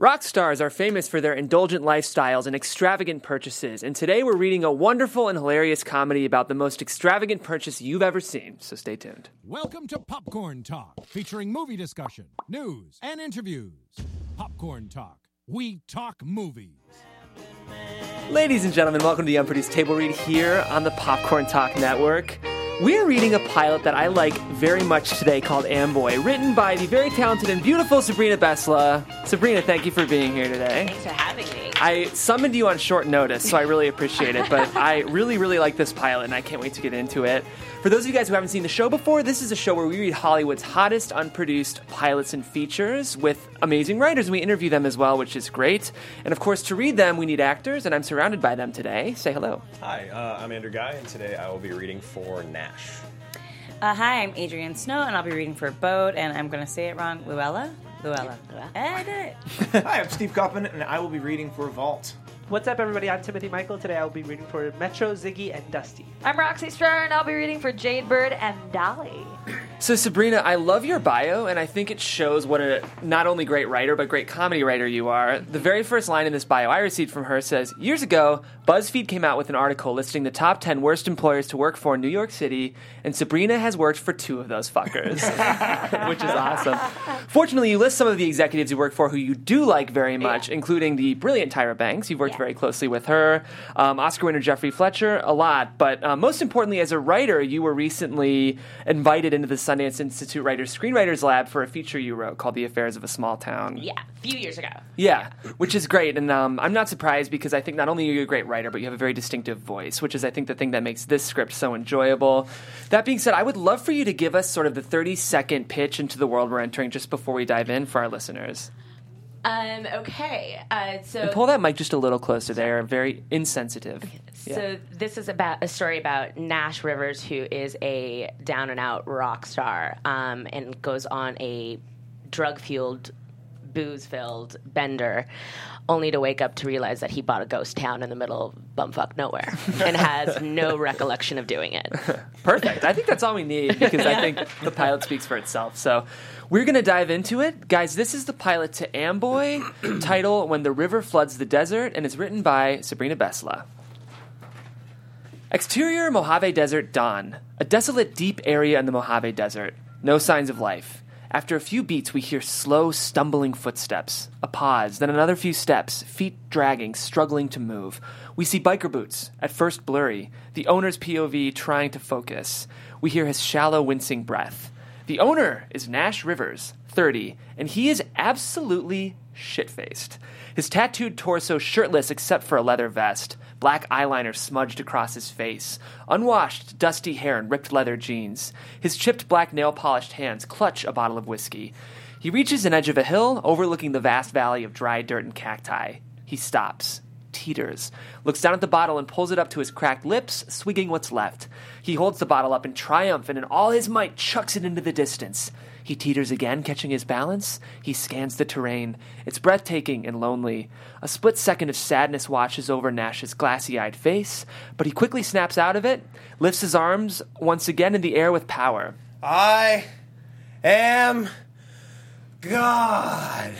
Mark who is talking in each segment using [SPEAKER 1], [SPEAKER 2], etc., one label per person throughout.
[SPEAKER 1] Rock stars are famous for their indulgent lifestyles and extravagant purchases, and today we're reading a wonderful and hilarious comedy about the most extravagant purchase you've ever seen, so stay tuned.
[SPEAKER 2] Welcome to Popcorn Talk, featuring movie discussion, news, and interviews. Popcorn Talk, we talk movies.
[SPEAKER 1] Ladies and gentlemen, welcome to the Unproduced Table Read here on the Popcorn Talk Network. We're reading a pilot that I like very much today called Amboy, written by the very talented and beautiful Sabrina Besla. Sabrina, thank you for being here today.
[SPEAKER 3] Thanks for having me.
[SPEAKER 1] I summoned you on short notice, so I really appreciate it. But I really, really like this pilot, and I can't wait to get into it. For those of you guys who haven't seen the show before, this is a show where we read Hollywood's hottest unproduced pilots and features with amazing writers, and we interview them as well, which is great. And of course, to read them, we need actors, and I'm surrounded by them today. Say hello.
[SPEAKER 4] Hi, uh, I'm Andrew Guy, and today I will be reading for Nash.
[SPEAKER 3] Uh, hi, I'm Adrienne Snow, and I'll be reading for Boat, and I'm going to say it wrong. Luella? Luella. Eh, I did it.
[SPEAKER 5] Hi, I'm Steve Coppin, and I will be reading for Vault.
[SPEAKER 6] What's up, everybody? I'm Timothy Michael. Today I'll be reading for Metro, Ziggy, and Dusty.
[SPEAKER 7] I'm Roxy Stern. I'll be reading for Jade Bird and Dolly.
[SPEAKER 1] So, Sabrina, I love your bio, and I think it shows what a not only great writer, but great comedy writer you are. The very first line in this bio I received from her says Years ago, BuzzFeed came out with an article listing the top 10 worst employers to work for in New York City, and Sabrina has worked for two of those fuckers, which is awesome. Fortunately, you list some of the executives you work for who you do like very much, including the brilliant Tyra Banks. You've worked
[SPEAKER 3] Yeah.
[SPEAKER 1] very closely with her, um, Oscar winner Jeffrey Fletcher, a lot. But uh, most importantly, as a writer, you were recently invited into the Sundance Institute Writers Screenwriters Lab for a feature you wrote called "The Affairs of a Small Town."
[SPEAKER 3] Yeah, a few years ago.
[SPEAKER 1] Yeah, which is great, and um, I'm not surprised because I think not only are you a great writer, but you have a very distinctive voice, which is I think the thing that makes this script so enjoyable. That being said, I would love for you to give us sort of the 30 second pitch into the world we're entering just before we dive in for our listeners.
[SPEAKER 3] Um, okay, uh, so
[SPEAKER 1] Pull that mic just a little closer there. Very insensitive.
[SPEAKER 3] So this is about a story about Nash Rivers, who is a down and out rock star, um, and goes on a drug fueled, booze filled bender, only to wake up to realize that he bought a ghost town in the middle of bumfuck nowhere and has no recollection of doing it.
[SPEAKER 1] Perfect. I think that's all we need because I think the pilot speaks for itself. So we're going to dive into it. Guys, this is the pilot to Amboy, title When the River Floods the Desert, and it's written by Sabrina Besla. Exterior Mojave Desert dawn. A desolate, deep area in the Mojave Desert. No signs of life. After a few beats, we hear slow, stumbling footsteps. A pause, then another few steps, feet dragging, struggling to move. We see biker boots, at first blurry, the owner's POV trying to focus. We hear his shallow, wincing breath. The owner is Nash Rivers, 30, and he is absolutely shit faced. His tattooed torso shirtless except for a leather vest, black eyeliner smudged across his face, unwashed, dusty hair and ripped leather jeans. His chipped black nail polished hands clutch a bottle of whiskey. He reaches an edge of a hill overlooking the vast valley of dry dirt and cacti. He stops teeters, looks down at the bottle and pulls it up to his cracked lips, swigging what's left. He holds the bottle up in triumph and in all his might chucks it into the distance. He teeters again, catching his balance. He scans the terrain. It's breathtaking and lonely. A split second of sadness washes over Nash's glassy eyed face, but he quickly snaps out of it, lifts his arms once again in the air with power.
[SPEAKER 5] I am God.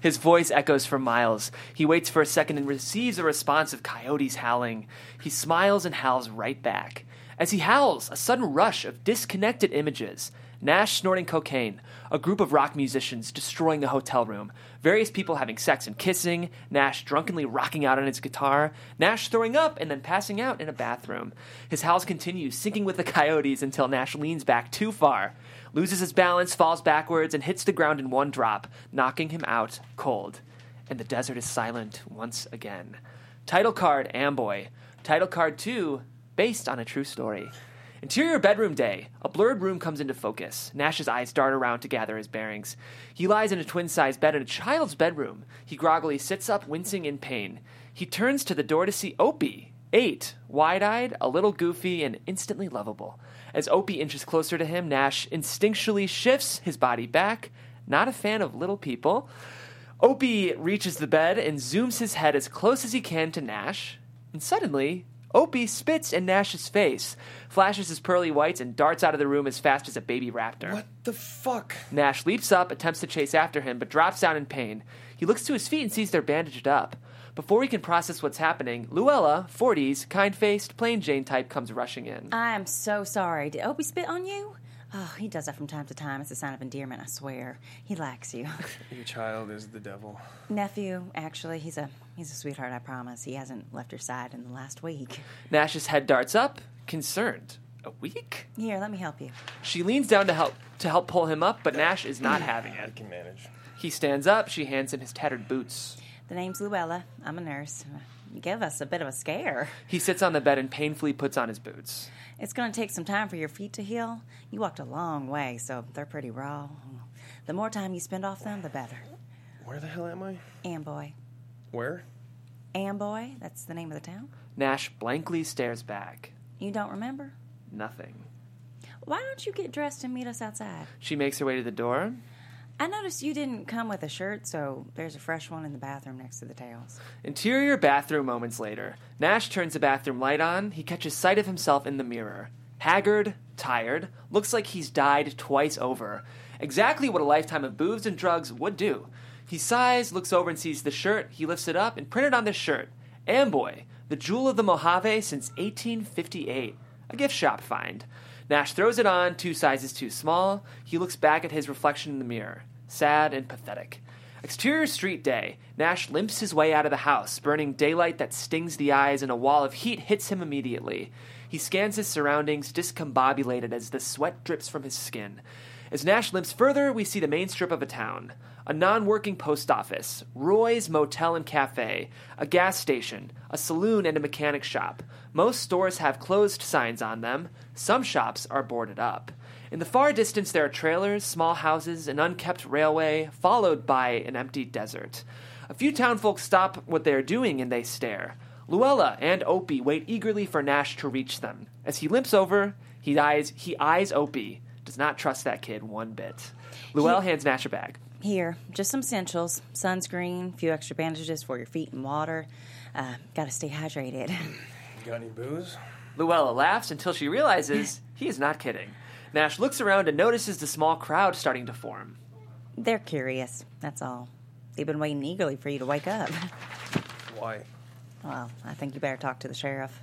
[SPEAKER 1] His voice echoes for miles. He waits for a second and receives a response of coyotes howling. He smiles and howls right back. As he howls, a sudden rush of disconnected images. Nash snorting cocaine, a group of rock musicians destroying a hotel room, various people having sex and kissing, Nash drunkenly rocking out on his guitar, Nash throwing up and then passing out in a bathroom. His howls continue, syncing with the coyotes until Nash leans back too far loses his balance, falls backwards, and hits the ground in one drop, knocking him out cold. And the desert is silent once again. Title card Amboy. Title card 2, based on a true story. Interior bedroom day. A blurred room comes into focus. Nash's eyes dart around to gather his bearings. He lies in a twin sized bed in a child's bedroom. He groggily sits up, wincing in pain. He turns to the door to see Opie, Eight, wide eyed, a little goofy, and instantly lovable. As Opie inches closer to him, Nash instinctually shifts his body back, not a fan of little people. Opie reaches the bed and zooms his head as close as he can to Nash, and suddenly, Opie spits in Nash's face, flashes his pearly whites, and darts out of the room as fast as a baby raptor.
[SPEAKER 4] What the fuck?
[SPEAKER 1] Nash leaps up, attempts to chase after him, but drops down in pain. He looks to his feet and sees they're bandaged up. Before he can process what's happening, Luella, 40s, kind faced, plain Jane type, comes rushing in.
[SPEAKER 8] I am so sorry. Did Opie spit on you? Oh, he does that from time to time. It's a sign of endearment, I swear. He likes you.
[SPEAKER 5] Your child is the devil.
[SPEAKER 8] Nephew, actually, he's a he's a sweetheart, I promise. He hasn't left your side in the last week.
[SPEAKER 1] Nash's head darts up, concerned. A week?
[SPEAKER 8] Here, let me help you.
[SPEAKER 1] She leans down to help to help pull him up, but Nash is not having
[SPEAKER 4] I
[SPEAKER 1] it.
[SPEAKER 4] can manage.
[SPEAKER 1] He stands up, she hands him his tattered boots.
[SPEAKER 8] The name's Luella. I'm a nurse. You Give us a bit of a scare.
[SPEAKER 1] He sits on the bed and painfully puts on his boots.
[SPEAKER 8] It's going to take some time for your feet to heal. You walked a long way, so they're pretty raw. The more time you spend off them, the better.
[SPEAKER 4] Where the hell am I?
[SPEAKER 8] Amboy.
[SPEAKER 4] Where?
[SPEAKER 8] Amboy, that's the name of the town.
[SPEAKER 1] Nash blankly stares back.
[SPEAKER 8] You don't remember?
[SPEAKER 1] Nothing.
[SPEAKER 8] Why don't you get dressed and meet us outside?
[SPEAKER 1] She makes her way to the door.
[SPEAKER 8] I noticed you didn't come with a shirt, so there's a fresh one in the bathroom next to the towels.
[SPEAKER 1] Interior bathroom moments later, Nash turns the bathroom light on. He catches sight of himself in the mirror. Haggard, tired, looks like he's died twice over. Exactly what a lifetime of booze and drugs would do. He sighs, looks over and sees the shirt. He lifts it up and printed on this shirt Amboy, the jewel of the Mojave since 1858. A gift shop find. Nash throws it on, two sizes too small. He looks back at his reflection in the mirror, sad and pathetic. Exterior street day. Nash limps his way out of the house, burning daylight that stings the eyes, and a wall of heat hits him immediately. He scans his surroundings, discombobulated as the sweat drips from his skin. As Nash limps further, we see the main strip of a town a non working post office, Roy's Motel and Cafe, a gas station, a saloon, and a mechanic shop. Most stores have closed signs on them, some shops are boarded up. In the far distance, there are trailers, small houses, an unkept railway, followed by an empty desert. A few townfolk stop what they are doing and they stare. Luella and Opie wait eagerly for Nash to reach them. As he limps over, he eyes he eyes Opie. Does not trust that kid one bit. Luella hands Nash a bag.
[SPEAKER 8] Here, just some essentials sunscreen, few extra bandages for your feet, and water. Uh, gotta stay hydrated.
[SPEAKER 4] Got any booze?
[SPEAKER 1] Luella laughs until she realizes he is not kidding. Nash looks around and notices the small crowd starting to form.
[SPEAKER 8] They're curious, that's all. They've been waiting eagerly for you to wake up.
[SPEAKER 4] Why?
[SPEAKER 8] Well, I think you better talk to the sheriff.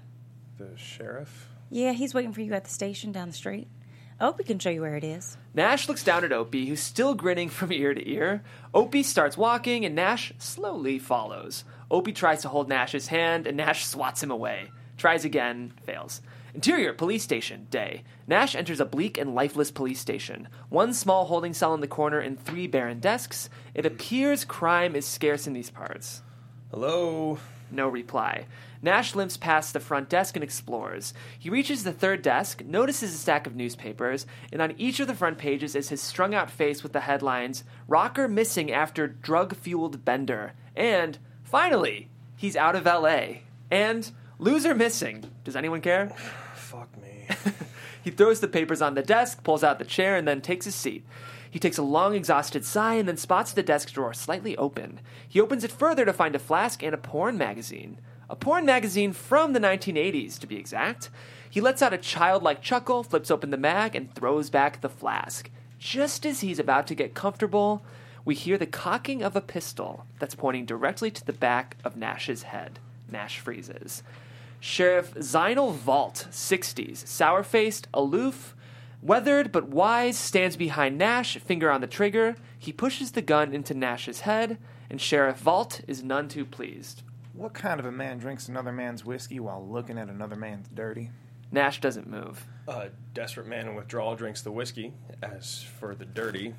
[SPEAKER 4] The sheriff?
[SPEAKER 8] Yeah, he's waiting for you at the station down the street. Opie can show you where it is.
[SPEAKER 1] Nash looks down at Opie, who's still grinning from ear to ear. Opie starts walking, and Nash slowly follows. Opie tries to hold Nash's hand, and Nash swats him away. Tries again, fails. Interior police station, day. Nash enters a bleak and lifeless police station. One small holding cell in the corner and three barren desks. It appears crime is scarce in these parts.
[SPEAKER 4] Hello?
[SPEAKER 1] No reply. Nash limps past the front desk and explores. He reaches the third desk, notices a stack of newspapers, and on each of the front pages is his strung out face with the headlines Rocker missing after drug fueled bender. And finally, he's out of LA. And loser missing. Does anyone care?
[SPEAKER 4] Fuck me.
[SPEAKER 1] He throws the papers on the desk, pulls out the chair, and then takes his seat. He takes a long, exhausted sigh and then spots the desk drawer slightly open. He opens it further to find a flask and a porn magazine. A porn magazine from the 1980s, to be exact. He lets out a childlike chuckle, flips open the mag, and throws back the flask. Just as he's about to get comfortable, we hear the cocking of a pistol that's pointing directly to the back of Nash's head. Nash freezes. Sheriff Zinal Vault, 60s, sour faced, aloof, weathered but wise, stands behind Nash, finger on the trigger. He pushes the gun into Nash's head, and Sheriff Vault is none too pleased.
[SPEAKER 5] What kind of a man drinks another man's whiskey while looking at another man's dirty?
[SPEAKER 1] Nash doesn't move.
[SPEAKER 4] A desperate man in withdrawal drinks the whiskey. As for the dirty,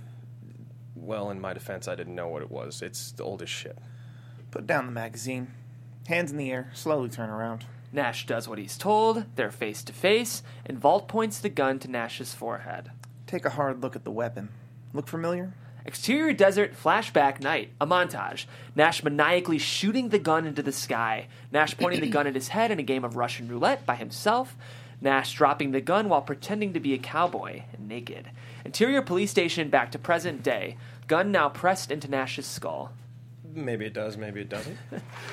[SPEAKER 4] well, in my defense, I didn't know what it was. It's the oldest shit.
[SPEAKER 5] Put down the magazine. Hands in the air, slowly turn around.
[SPEAKER 1] Nash does what he's told, they're face to face, and Vault points the gun to Nash's forehead.
[SPEAKER 5] Take a hard look at the weapon. Look familiar?
[SPEAKER 1] Exterior desert, flashback night, a montage. Nash maniacally shooting the gun into the sky. Nash pointing the gun at his head in a game of Russian roulette by himself. Nash dropping the gun while pretending to be a cowboy and naked. Interior police station back to present day. Gun now pressed into Nash's skull.
[SPEAKER 4] Maybe it does, maybe it doesn't.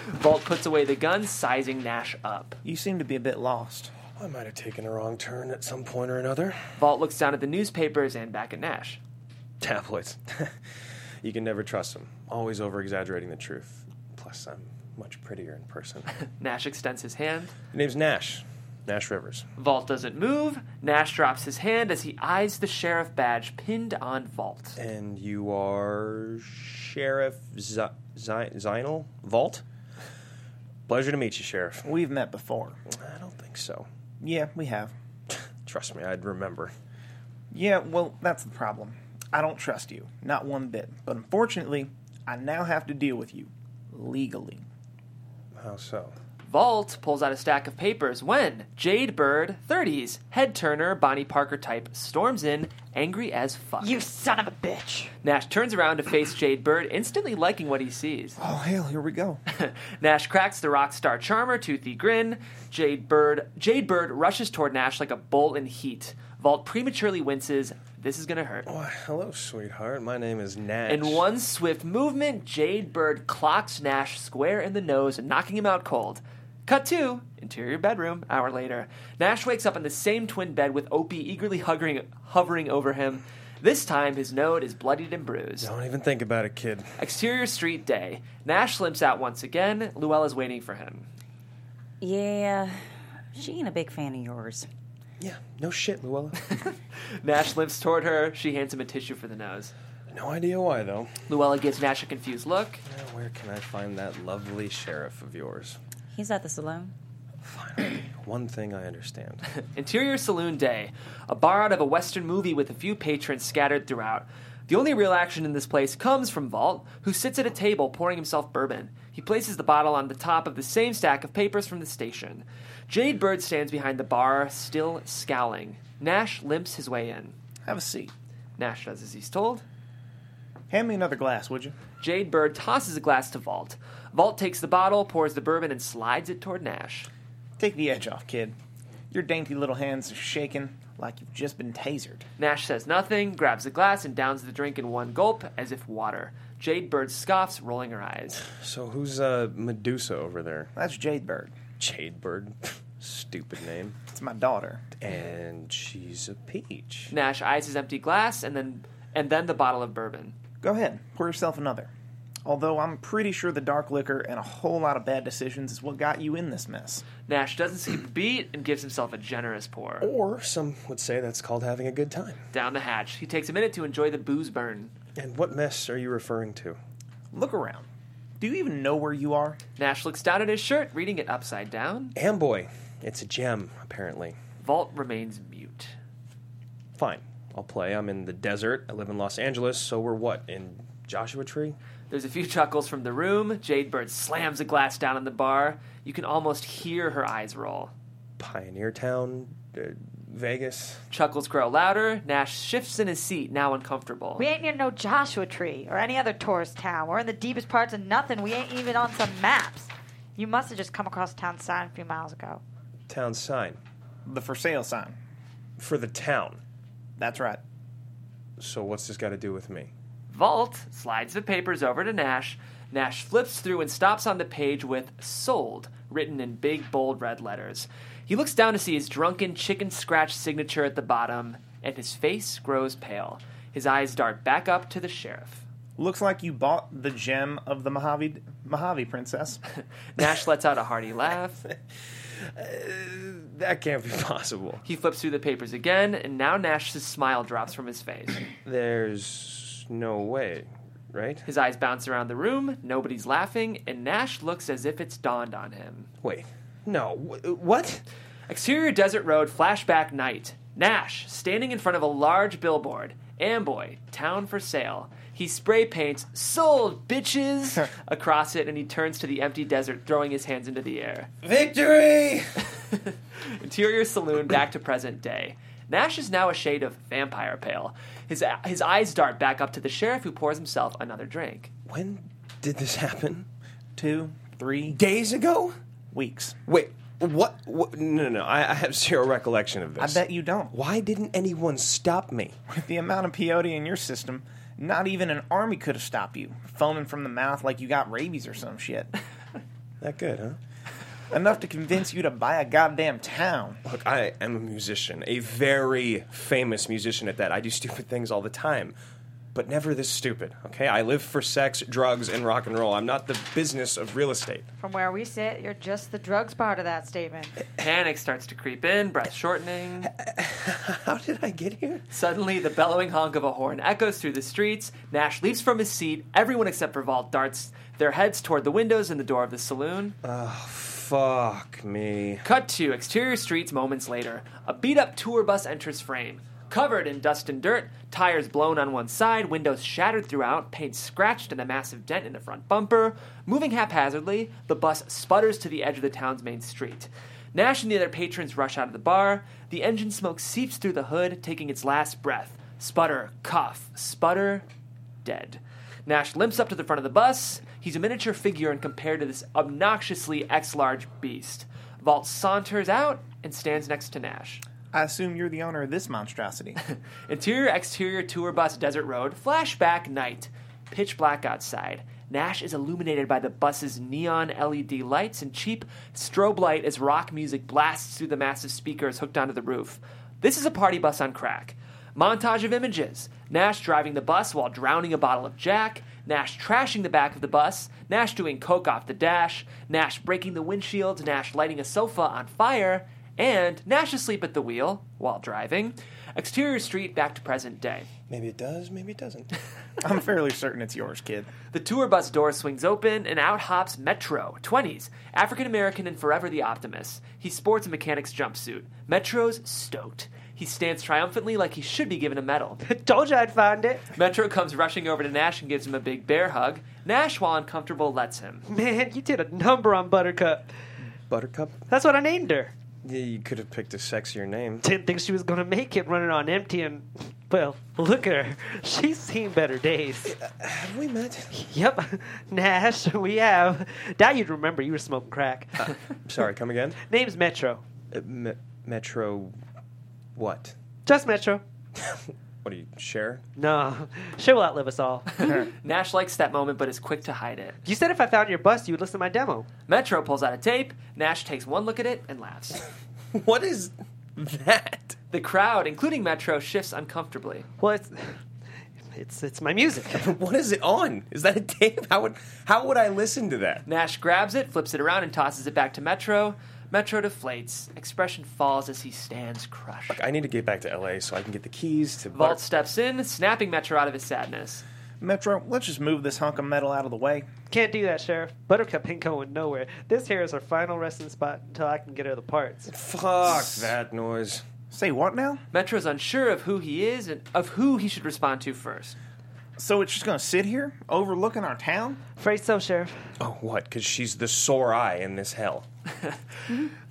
[SPEAKER 1] Vault puts away the gun, sizing Nash up.
[SPEAKER 5] You seem to be a bit lost.
[SPEAKER 4] I might have taken a wrong turn at some point or another.
[SPEAKER 1] Vault looks down at the newspapers and back at Nash.
[SPEAKER 4] Tabloids. you can never trust them, always over exaggerating the truth. Plus, I'm much prettier in person.
[SPEAKER 1] Nash extends his hand.
[SPEAKER 4] Your name's Nash. Nash Rivers.
[SPEAKER 1] Vault doesn't move. Nash drops his hand as he eyes the sheriff badge pinned on Vault.
[SPEAKER 4] And you are Sheriff Z- Zi- Zinal Vault? Pleasure to meet you, Sheriff.
[SPEAKER 5] We've met before.
[SPEAKER 4] I don't think so.
[SPEAKER 5] Yeah, we have.
[SPEAKER 4] Trust me, I'd remember.
[SPEAKER 5] Yeah, well, that's the problem. I don't trust you, not one bit. But unfortunately, I now have to deal with you legally.
[SPEAKER 4] How so?
[SPEAKER 1] Vault pulls out a stack of papers when Jade Bird, 30s, head turner, Bonnie Parker type, storms in, angry as fuck.
[SPEAKER 7] You son of a bitch.
[SPEAKER 1] Nash turns around to face Jade Bird, instantly liking what he sees.
[SPEAKER 5] Oh, hell, here we go.
[SPEAKER 1] Nash cracks the rock star charmer, toothy grin. Jade Bird, Jade Bird rushes toward Nash like a bull in heat. Vault prematurely winces. This is gonna hurt.
[SPEAKER 4] Why, hello, sweetheart. My name is Nash.
[SPEAKER 1] In one swift movement, Jade Bird clocks Nash square in the nose, knocking him out cold. Cut to interior bedroom. Hour later, Nash wakes up in the same twin bed with Opie eagerly hovering, hovering over him. This time, his node is bloodied and bruised.
[SPEAKER 4] Don't even think about it, kid.
[SPEAKER 1] Exterior street day. Nash limps out once again. Luella's waiting for him.
[SPEAKER 8] Yeah, she ain't a big fan of yours.
[SPEAKER 4] Yeah, no shit, Luella.
[SPEAKER 1] Nash limps toward her. She hands him a tissue for the nose.
[SPEAKER 4] no idea why, though.
[SPEAKER 1] Luella gives Nash a confused look.
[SPEAKER 4] Now, where can I find that lovely sheriff of yours?
[SPEAKER 8] He's at the saloon.
[SPEAKER 4] Finally, one thing I understand.
[SPEAKER 1] Interior Saloon Day, a bar out of a Western movie with a few patrons scattered throughout. The only real action in this place comes from Vault, who sits at a table pouring himself bourbon. He places the bottle on the top of the same stack of papers from the station. Jade Bird stands behind the bar, still scowling. Nash limps his way in.
[SPEAKER 5] Have a seat.
[SPEAKER 1] Nash does as he's told.
[SPEAKER 5] Hand me another glass, would you?
[SPEAKER 1] Jade Bird tosses a glass to Vault. Vault takes the bottle, pours the bourbon, and slides it toward Nash.
[SPEAKER 5] Take the edge off, kid. Your dainty little hands are shaking like you've just been tasered.
[SPEAKER 1] Nash says nothing, grabs a glass, and downs the drink in one gulp as if water. Jade Bird scoffs, rolling her eyes.
[SPEAKER 4] so, who's uh, Medusa over there?
[SPEAKER 5] That's Jade Bird.
[SPEAKER 4] Jade Bird. Stupid name.
[SPEAKER 5] It's my daughter.
[SPEAKER 4] And she's a peach.
[SPEAKER 1] Nash eyes his empty glass and then and then the bottle of bourbon.
[SPEAKER 5] Go ahead, pour yourself another. Although I'm pretty sure the dark liquor and a whole lot of bad decisions is what got you in this mess.
[SPEAKER 1] Nash doesn't skip a beat and gives himself a generous pour.
[SPEAKER 4] Or some would say that's called having a good time.
[SPEAKER 1] Down the hatch, he takes a minute to enjoy the booze burn.
[SPEAKER 4] And what mess are you referring to?
[SPEAKER 5] Look around. Do you even know where you are?
[SPEAKER 1] Nash looks down at his shirt, reading it upside down.
[SPEAKER 4] Amboy. It's a gem, apparently.
[SPEAKER 1] Vault remains mute.
[SPEAKER 4] Fine. I'll play. I'm in the desert. I live in Los Angeles, so we're what? In Joshua Tree?
[SPEAKER 1] There's a few chuckles from the room. Jade Bird slams a glass down on the bar. You can almost hear her eyes roll.
[SPEAKER 4] Pioneer Town? Uh, Vegas?
[SPEAKER 1] Chuckles grow louder. Nash shifts in his seat, now uncomfortable.
[SPEAKER 7] We ain't near no Joshua Tree or any other tourist town. We're in the deepest parts of nothing. We ain't even on some maps. You must have just come across town sign a few miles ago.
[SPEAKER 4] Town sign.
[SPEAKER 5] The for sale sign.
[SPEAKER 4] For the town.
[SPEAKER 5] That's right.
[SPEAKER 4] So what's this got to do with me?
[SPEAKER 1] Vault slides the papers over to Nash. Nash flips through and stops on the page with sold written in big, bold red letters. He looks down to see his drunken chicken scratch signature at the bottom, and his face grows pale. His eyes dart back up to the sheriff.
[SPEAKER 5] Looks like you bought the gem of the Mojave Mojave princess.
[SPEAKER 1] Nash lets out a hearty laugh.
[SPEAKER 4] That can't be possible.
[SPEAKER 1] He flips through the papers again, and now Nash's smile drops from his face.
[SPEAKER 4] There's no way, right?
[SPEAKER 1] His eyes bounce around the room, nobody's laughing, and Nash looks as if it's dawned on him.
[SPEAKER 4] Wait. No. Wh- what?
[SPEAKER 1] Exterior Desert Road flashback night. Nash, standing in front of a large billboard. Amboy, town for sale. He spray paints sold bitches across it and he turns to the empty desert, throwing his hands into the air.
[SPEAKER 4] Victory!
[SPEAKER 1] Interior saloon back to present day. Nash is now a shade of vampire pale. His, his eyes dart back up to the sheriff who pours himself another drink.
[SPEAKER 4] When did this happen?
[SPEAKER 5] Two, three
[SPEAKER 4] Days ago?
[SPEAKER 5] weeks.
[SPEAKER 4] Wait. What? what? No, no, no. I, I have zero recollection of
[SPEAKER 5] I
[SPEAKER 4] this.
[SPEAKER 5] bet you don't.
[SPEAKER 4] Why didn't anyone stop me?
[SPEAKER 5] With the amount of peyote in your system, Not even an army could have stopped you, foaming from the mouth like you got rabies or some shit.
[SPEAKER 4] That good, huh?
[SPEAKER 5] Enough to convince you to buy a goddamn town.
[SPEAKER 4] Look, I am a musician, a very famous musician at that. I do stupid things all the time, but never this stupid, okay? I live for sex, drugs, and rock and roll. I'm not the business of real estate.
[SPEAKER 7] From where we sit, you're just the drugs part of that statement.
[SPEAKER 1] Panic starts to creep in, breath shortening.
[SPEAKER 4] How did I get here?
[SPEAKER 1] Suddenly, the bellowing honk of a horn echoes through the streets. Nash leaps from his seat. Everyone except for Vault darts their heads toward the windows and the door of the saloon.
[SPEAKER 4] Oh, Fuck me.
[SPEAKER 1] Cut to exterior streets moments later. A beat up tour bus enters frame. Covered in dust and dirt, tires blown on one side, windows shattered throughout, paint scratched and a massive dent in the front bumper. Moving haphazardly, the bus sputters to the edge of the town's main street. Nash and the other patrons rush out of the bar. The engine smoke seeps through the hood, taking its last breath. Sputter, cough, sputter, dead. Nash limps up to the front of the bus. He's a miniature figure and compared to this obnoxiously X large beast. Vault saunters out and stands next to Nash.
[SPEAKER 5] I assume you're the owner of this monstrosity.
[SPEAKER 1] Interior exterior tour bus desert road, flashback night, pitch black outside. Nash is illuminated by the bus's neon LED lights, and cheap strobe light as rock music blasts through the massive speakers hooked onto the roof. This is a party bus on crack. Montage of images Nash driving the bus while drowning a bottle of Jack, Nash trashing the back of the bus, Nash doing coke off the dash, Nash breaking the windshield, Nash lighting a sofa on fire, and Nash asleep at the wheel while driving. Exterior street back to present day.
[SPEAKER 4] Maybe it does, maybe it doesn't.
[SPEAKER 5] I'm fairly certain it's yours, kid.
[SPEAKER 1] The tour bus door swings open, and out hops Metro, 20s, African American and forever the optimist. He sports a mechanic's jumpsuit. Metro's stoked. He stands triumphantly like he should be given a medal.
[SPEAKER 6] Told you I'd find it.
[SPEAKER 1] Metro comes rushing over to Nash and gives him a big bear hug. Nash, while uncomfortable, lets him.
[SPEAKER 6] Man, you did a number on Buttercup.
[SPEAKER 4] Buttercup?
[SPEAKER 6] That's what I named her.
[SPEAKER 4] Yeah, you could have picked a sexier name.
[SPEAKER 6] Didn't think she was gonna make it running on empty, and well, look at her. She's seen better days.
[SPEAKER 4] Have we met?
[SPEAKER 6] Yep, Nash, we have. Now you'd remember you were smoking crack.
[SPEAKER 4] Sorry, come again?
[SPEAKER 6] Name's Metro.
[SPEAKER 4] Uh, me- Metro. What?
[SPEAKER 6] Just Metro.
[SPEAKER 4] What do you share?
[SPEAKER 6] No, she will outlive us all.
[SPEAKER 1] Nash likes that moment but is quick to hide it.
[SPEAKER 6] You said if I found your bust, you would listen to my demo.
[SPEAKER 1] Metro pulls out a tape. Nash takes one look at it and laughs.
[SPEAKER 4] What is that?
[SPEAKER 1] The crowd, including Metro, shifts uncomfortably.
[SPEAKER 6] Well, it's it's it's my music.
[SPEAKER 4] What is it on? Is that a tape? How would how would I listen to that?
[SPEAKER 1] Nash grabs it, flips it around, and tosses it back to Metro. Metro deflates. Expression falls as he stands crushed.
[SPEAKER 4] I need to get back to LA so I can get the keys to
[SPEAKER 1] Vault
[SPEAKER 4] Butter-
[SPEAKER 1] steps in, snapping Metro out of his sadness.
[SPEAKER 5] Metro, let's just move this hunk of metal out of the way.
[SPEAKER 6] Can't do that, Sheriff. Buttercup ain't going nowhere. This here is her final resting spot until I can get her the parts.
[SPEAKER 4] Fuck that noise.
[SPEAKER 5] Say what now?
[SPEAKER 1] Metro's unsure of who he is and of who he should respond to first.
[SPEAKER 5] So it's just gonna sit here, overlooking our town?
[SPEAKER 6] Afraid so, Sheriff.
[SPEAKER 4] Oh, what? Because she's the sore eye in this hell.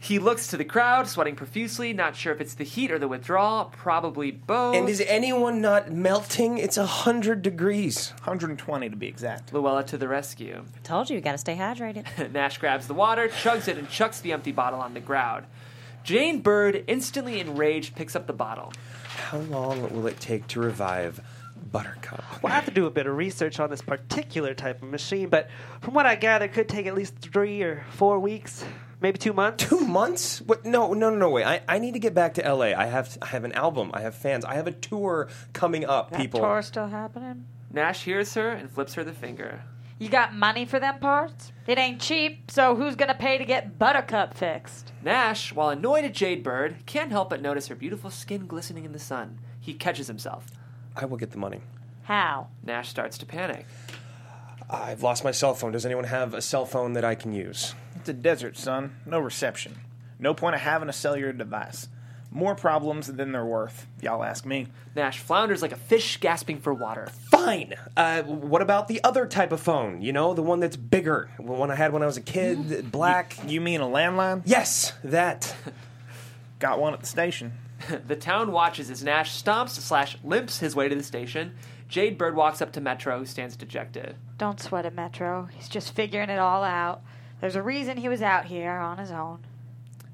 [SPEAKER 1] He looks to the crowd, sweating profusely, not sure if it's the heat or the withdrawal, probably both.
[SPEAKER 4] And is anyone not melting? It's a hundred degrees.
[SPEAKER 5] 120 to be exact.
[SPEAKER 1] Luella to the rescue.
[SPEAKER 8] Told you, you gotta stay hydrated.
[SPEAKER 1] Nash grabs the water, chugs it, and chucks the empty bottle on the ground. Jane Bird, instantly enraged, picks up the bottle.
[SPEAKER 4] How long will it take to revive Buttercup?
[SPEAKER 6] We'll have to do a bit of research on this particular type of machine, but from what I gather, it could take at least three or four weeks, maybe two months.
[SPEAKER 4] Two months? What? No, no, no, no. Wait. I, I need to get back to LA. I have I have an album. I have fans. I have a tour coming up.
[SPEAKER 7] That
[SPEAKER 4] people.
[SPEAKER 7] tour's still happening.
[SPEAKER 1] Nash hears her and flips her the finger.
[SPEAKER 7] You got money for them parts? It ain't cheap, so who's gonna pay to get Buttercup fixed?
[SPEAKER 1] Nash, while annoyed at Jade Bird, can't help but notice her beautiful skin glistening in the sun. He catches himself.
[SPEAKER 4] I will get the money.
[SPEAKER 7] How?
[SPEAKER 1] Nash starts to panic.
[SPEAKER 4] I've lost my cell phone. Does anyone have a cell phone that I can use?
[SPEAKER 5] It's a desert, son. No reception. No point of having a cellular device. More problems than they're worth, if y'all ask me.
[SPEAKER 1] Nash flounders like a fish gasping for water.
[SPEAKER 4] Fine. Uh, what about the other type of phone? You know, the one that's bigger. The one I had when I was a kid. Black.
[SPEAKER 5] You mean a landline?
[SPEAKER 4] Yes, that.
[SPEAKER 5] Got one at the station.
[SPEAKER 1] The town watches as Nash stomps slash limps his way to the station. Jade Bird walks up to Metro, who stands dejected.
[SPEAKER 7] Don't sweat it, Metro. He's just figuring it all out. There's a reason he was out here on his own.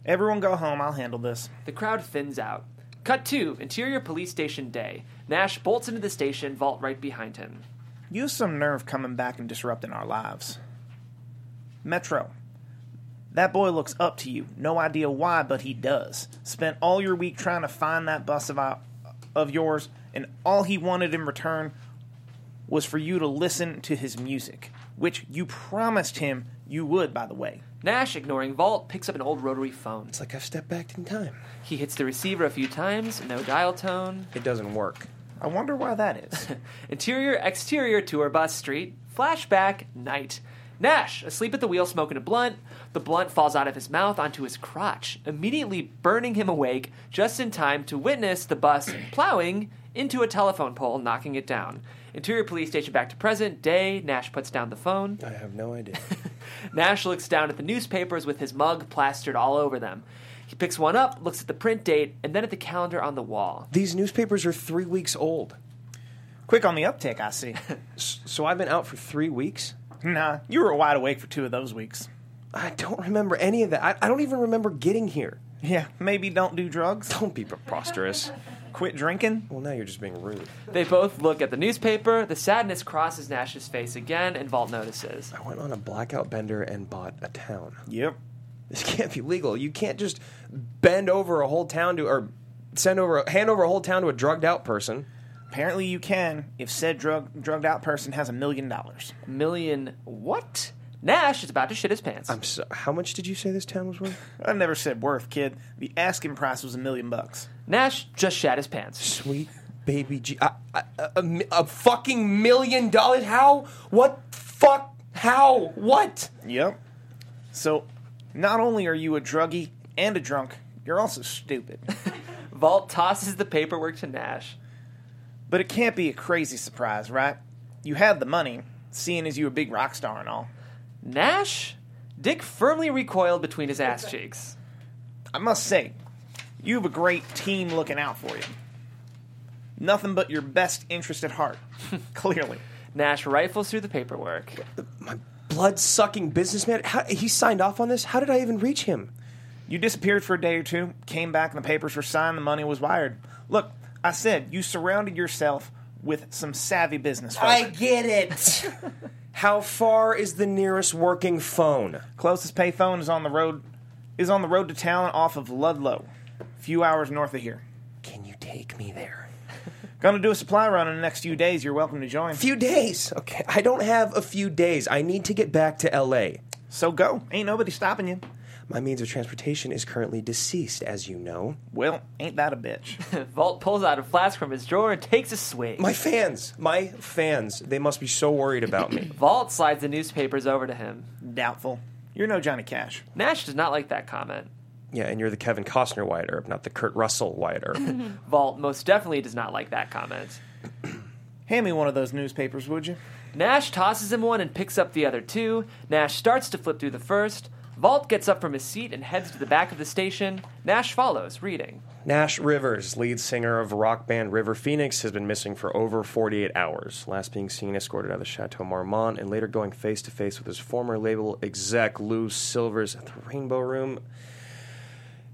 [SPEAKER 5] Everyone go home, I'll handle this.
[SPEAKER 1] The crowd thins out. Cut two, interior police station day. Nash bolts into the station, vault right behind him.
[SPEAKER 5] You have some nerve coming back and disrupting our lives. Metro. That boy looks up to you. No idea why, but he does. Spent all your week trying to find that bus of, I- of yours, and all he wanted in return was for you to listen to his music, which you promised him you would, by the way.
[SPEAKER 1] Nash, ignoring Vault, picks up an old rotary phone.
[SPEAKER 4] It's like I've stepped back in time.
[SPEAKER 1] He hits the receiver a few times, no dial tone.
[SPEAKER 4] It doesn't work.
[SPEAKER 5] I wonder why that is.
[SPEAKER 1] Interior, exterior tour bus street. Flashback, night. Nash, asleep at the wheel smoking a blunt. The blunt falls out of his mouth onto his crotch, immediately burning him awake just in time to witness the bus plowing into a telephone pole, knocking it down. Interior police station back to present. Day, Nash puts down the phone.
[SPEAKER 4] I have no idea.
[SPEAKER 1] Nash looks down at the newspapers with his mug plastered all over them. He picks one up, looks at the print date, and then at the calendar on the wall.
[SPEAKER 4] These newspapers are three weeks old.
[SPEAKER 5] Quick on the uptake, I see.
[SPEAKER 4] So I've been out for three weeks.
[SPEAKER 5] nah, you were wide awake for two of those weeks.
[SPEAKER 4] I don't remember any of that. I, I don't even remember getting here.
[SPEAKER 5] Yeah, maybe don't do drugs.
[SPEAKER 4] Don't be preposterous.
[SPEAKER 5] Quit drinking.
[SPEAKER 4] Well, now you're just being rude.
[SPEAKER 1] They both look at the newspaper. The sadness crosses Nash's face again, and Vault notices.
[SPEAKER 4] I went on a blackout bender and bought a town.
[SPEAKER 5] Yep.
[SPEAKER 4] This can't be legal. You can't just bend over a whole town to, or send over, hand over a whole town to a drugged out person.
[SPEAKER 5] Apparently, you can if said drug drugged out person has a million dollars.
[SPEAKER 1] Million what? Nash is about to shit his pants.
[SPEAKER 4] I'm so, how much did you say this town was worth?
[SPEAKER 5] I never said worth, kid. The asking price was a million bucks.
[SPEAKER 1] Nash just shat his pants.
[SPEAKER 4] Sweet baby G, I- I- a mi- a fucking million dollars? How? What? Fuck? How? What?
[SPEAKER 5] Yep. So, not only are you a druggie and a drunk, you're also stupid.
[SPEAKER 1] Vault tosses the paperwork to Nash.
[SPEAKER 5] but it can't be a crazy surprise, right? You had the money, seeing as you were a big rock star and all.
[SPEAKER 1] Nash? Dick firmly recoiled between his ass cheeks.
[SPEAKER 5] I must say, you have a great team looking out for you. Nothing but your best interest at heart, clearly.
[SPEAKER 1] Nash rifles through the paperwork.
[SPEAKER 4] Blood sucking businessman? How, he signed off on this? How did I even reach him?
[SPEAKER 5] You disappeared for a day or two, came back, and the papers were signed, the money was wired. Look, I said you surrounded yourself with some savvy business folk.
[SPEAKER 4] get it. how far is the nearest working phone?
[SPEAKER 5] Closest payphone is on the road is on the road to town off of Ludlow, few hours north of here.
[SPEAKER 4] Can you take me there?
[SPEAKER 5] Gonna do a supply run in the next few days. You're welcome to join.
[SPEAKER 4] Few days. Okay, I don't have a few days. I need to get back to LA.
[SPEAKER 5] So go. Ain't nobody stopping you.
[SPEAKER 4] My means of transportation is currently deceased, as you know.
[SPEAKER 5] Well, ain't that a bitch?
[SPEAKER 1] Vault pulls out a flask from his drawer and takes a swig.
[SPEAKER 4] My fans, my fans, they must be so worried about me.
[SPEAKER 1] Vault slides the newspapers over to him.
[SPEAKER 5] Doubtful. You're no Johnny Cash.
[SPEAKER 1] Nash does not like that comment.
[SPEAKER 4] yeah, and you're the Kevin Costner Wyatt Earp, not the Kurt Russell Wyatt Earp.
[SPEAKER 1] Vault most definitely does not like that comment.
[SPEAKER 5] Hand me one of those newspapers, would you?
[SPEAKER 1] Nash tosses him one and picks up the other two. Nash starts to flip through the first. Vault gets up from his seat and heads to the back of the station. Nash follows, reading.
[SPEAKER 4] Nash Rivers, lead singer of rock band River Phoenix, has been missing for over 48 hours, last being seen escorted out of Chateau Marmont and later going face to face with his former label exec Lou Silvers at the Rainbow Room.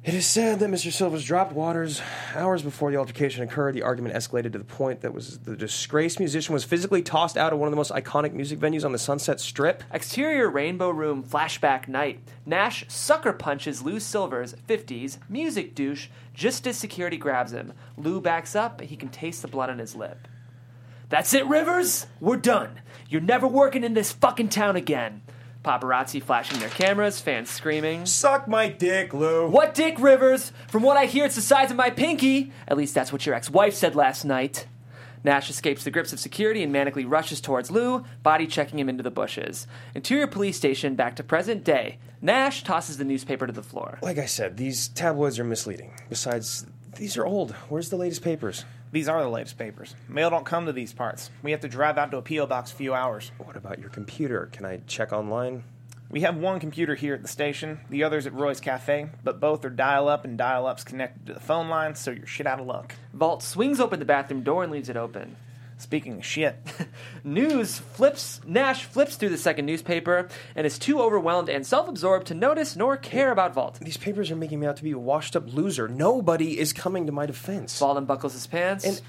[SPEAKER 4] It is said that Mr. Silvers dropped Waters hours before the altercation occurred. The argument escalated to the point that was the disgraced musician was physically tossed out of one of the most iconic music venues on the Sunset Strip.
[SPEAKER 1] Exterior Rainbow Room flashback night. Nash sucker punches Lou Silver's 50s music douche just as security grabs him. Lou backs up, he can taste the blood on his lip. That's it, Rivers! We're done! You're never working in this fucking town again! Paparazzi flashing their cameras, fans screaming.
[SPEAKER 4] Suck my dick, Lou.
[SPEAKER 1] What dick, Rivers? From what I hear, it's the size of my pinky. At least that's what your ex wife said last night. Nash escapes the grips of security and manically rushes towards Lou, body checking him into the bushes. Interior police station back to present day. Nash tosses the newspaper to the floor.
[SPEAKER 4] Like I said, these tabloids are misleading. Besides, these are old. Where's the latest papers?
[SPEAKER 5] These are the latest papers. Mail don't come to these parts. We have to drive out to a P.O. box a few hours.
[SPEAKER 4] What about your computer? Can I check online?
[SPEAKER 5] We have one computer here at the station, the other's at Roy's Cafe, but both are dial up and dial up's connected to the phone line, so you're shit out of luck.
[SPEAKER 1] Vault swings open the bathroom door and leaves it open.
[SPEAKER 5] Speaking of shit,
[SPEAKER 1] News flips Nash flips through the second newspaper and is too overwhelmed and self-absorbed to notice nor care about Vault.
[SPEAKER 4] These papers are making me out to be a washed up loser. Nobody is coming to my defense.
[SPEAKER 1] Vault unbuckles his pants.
[SPEAKER 4] And,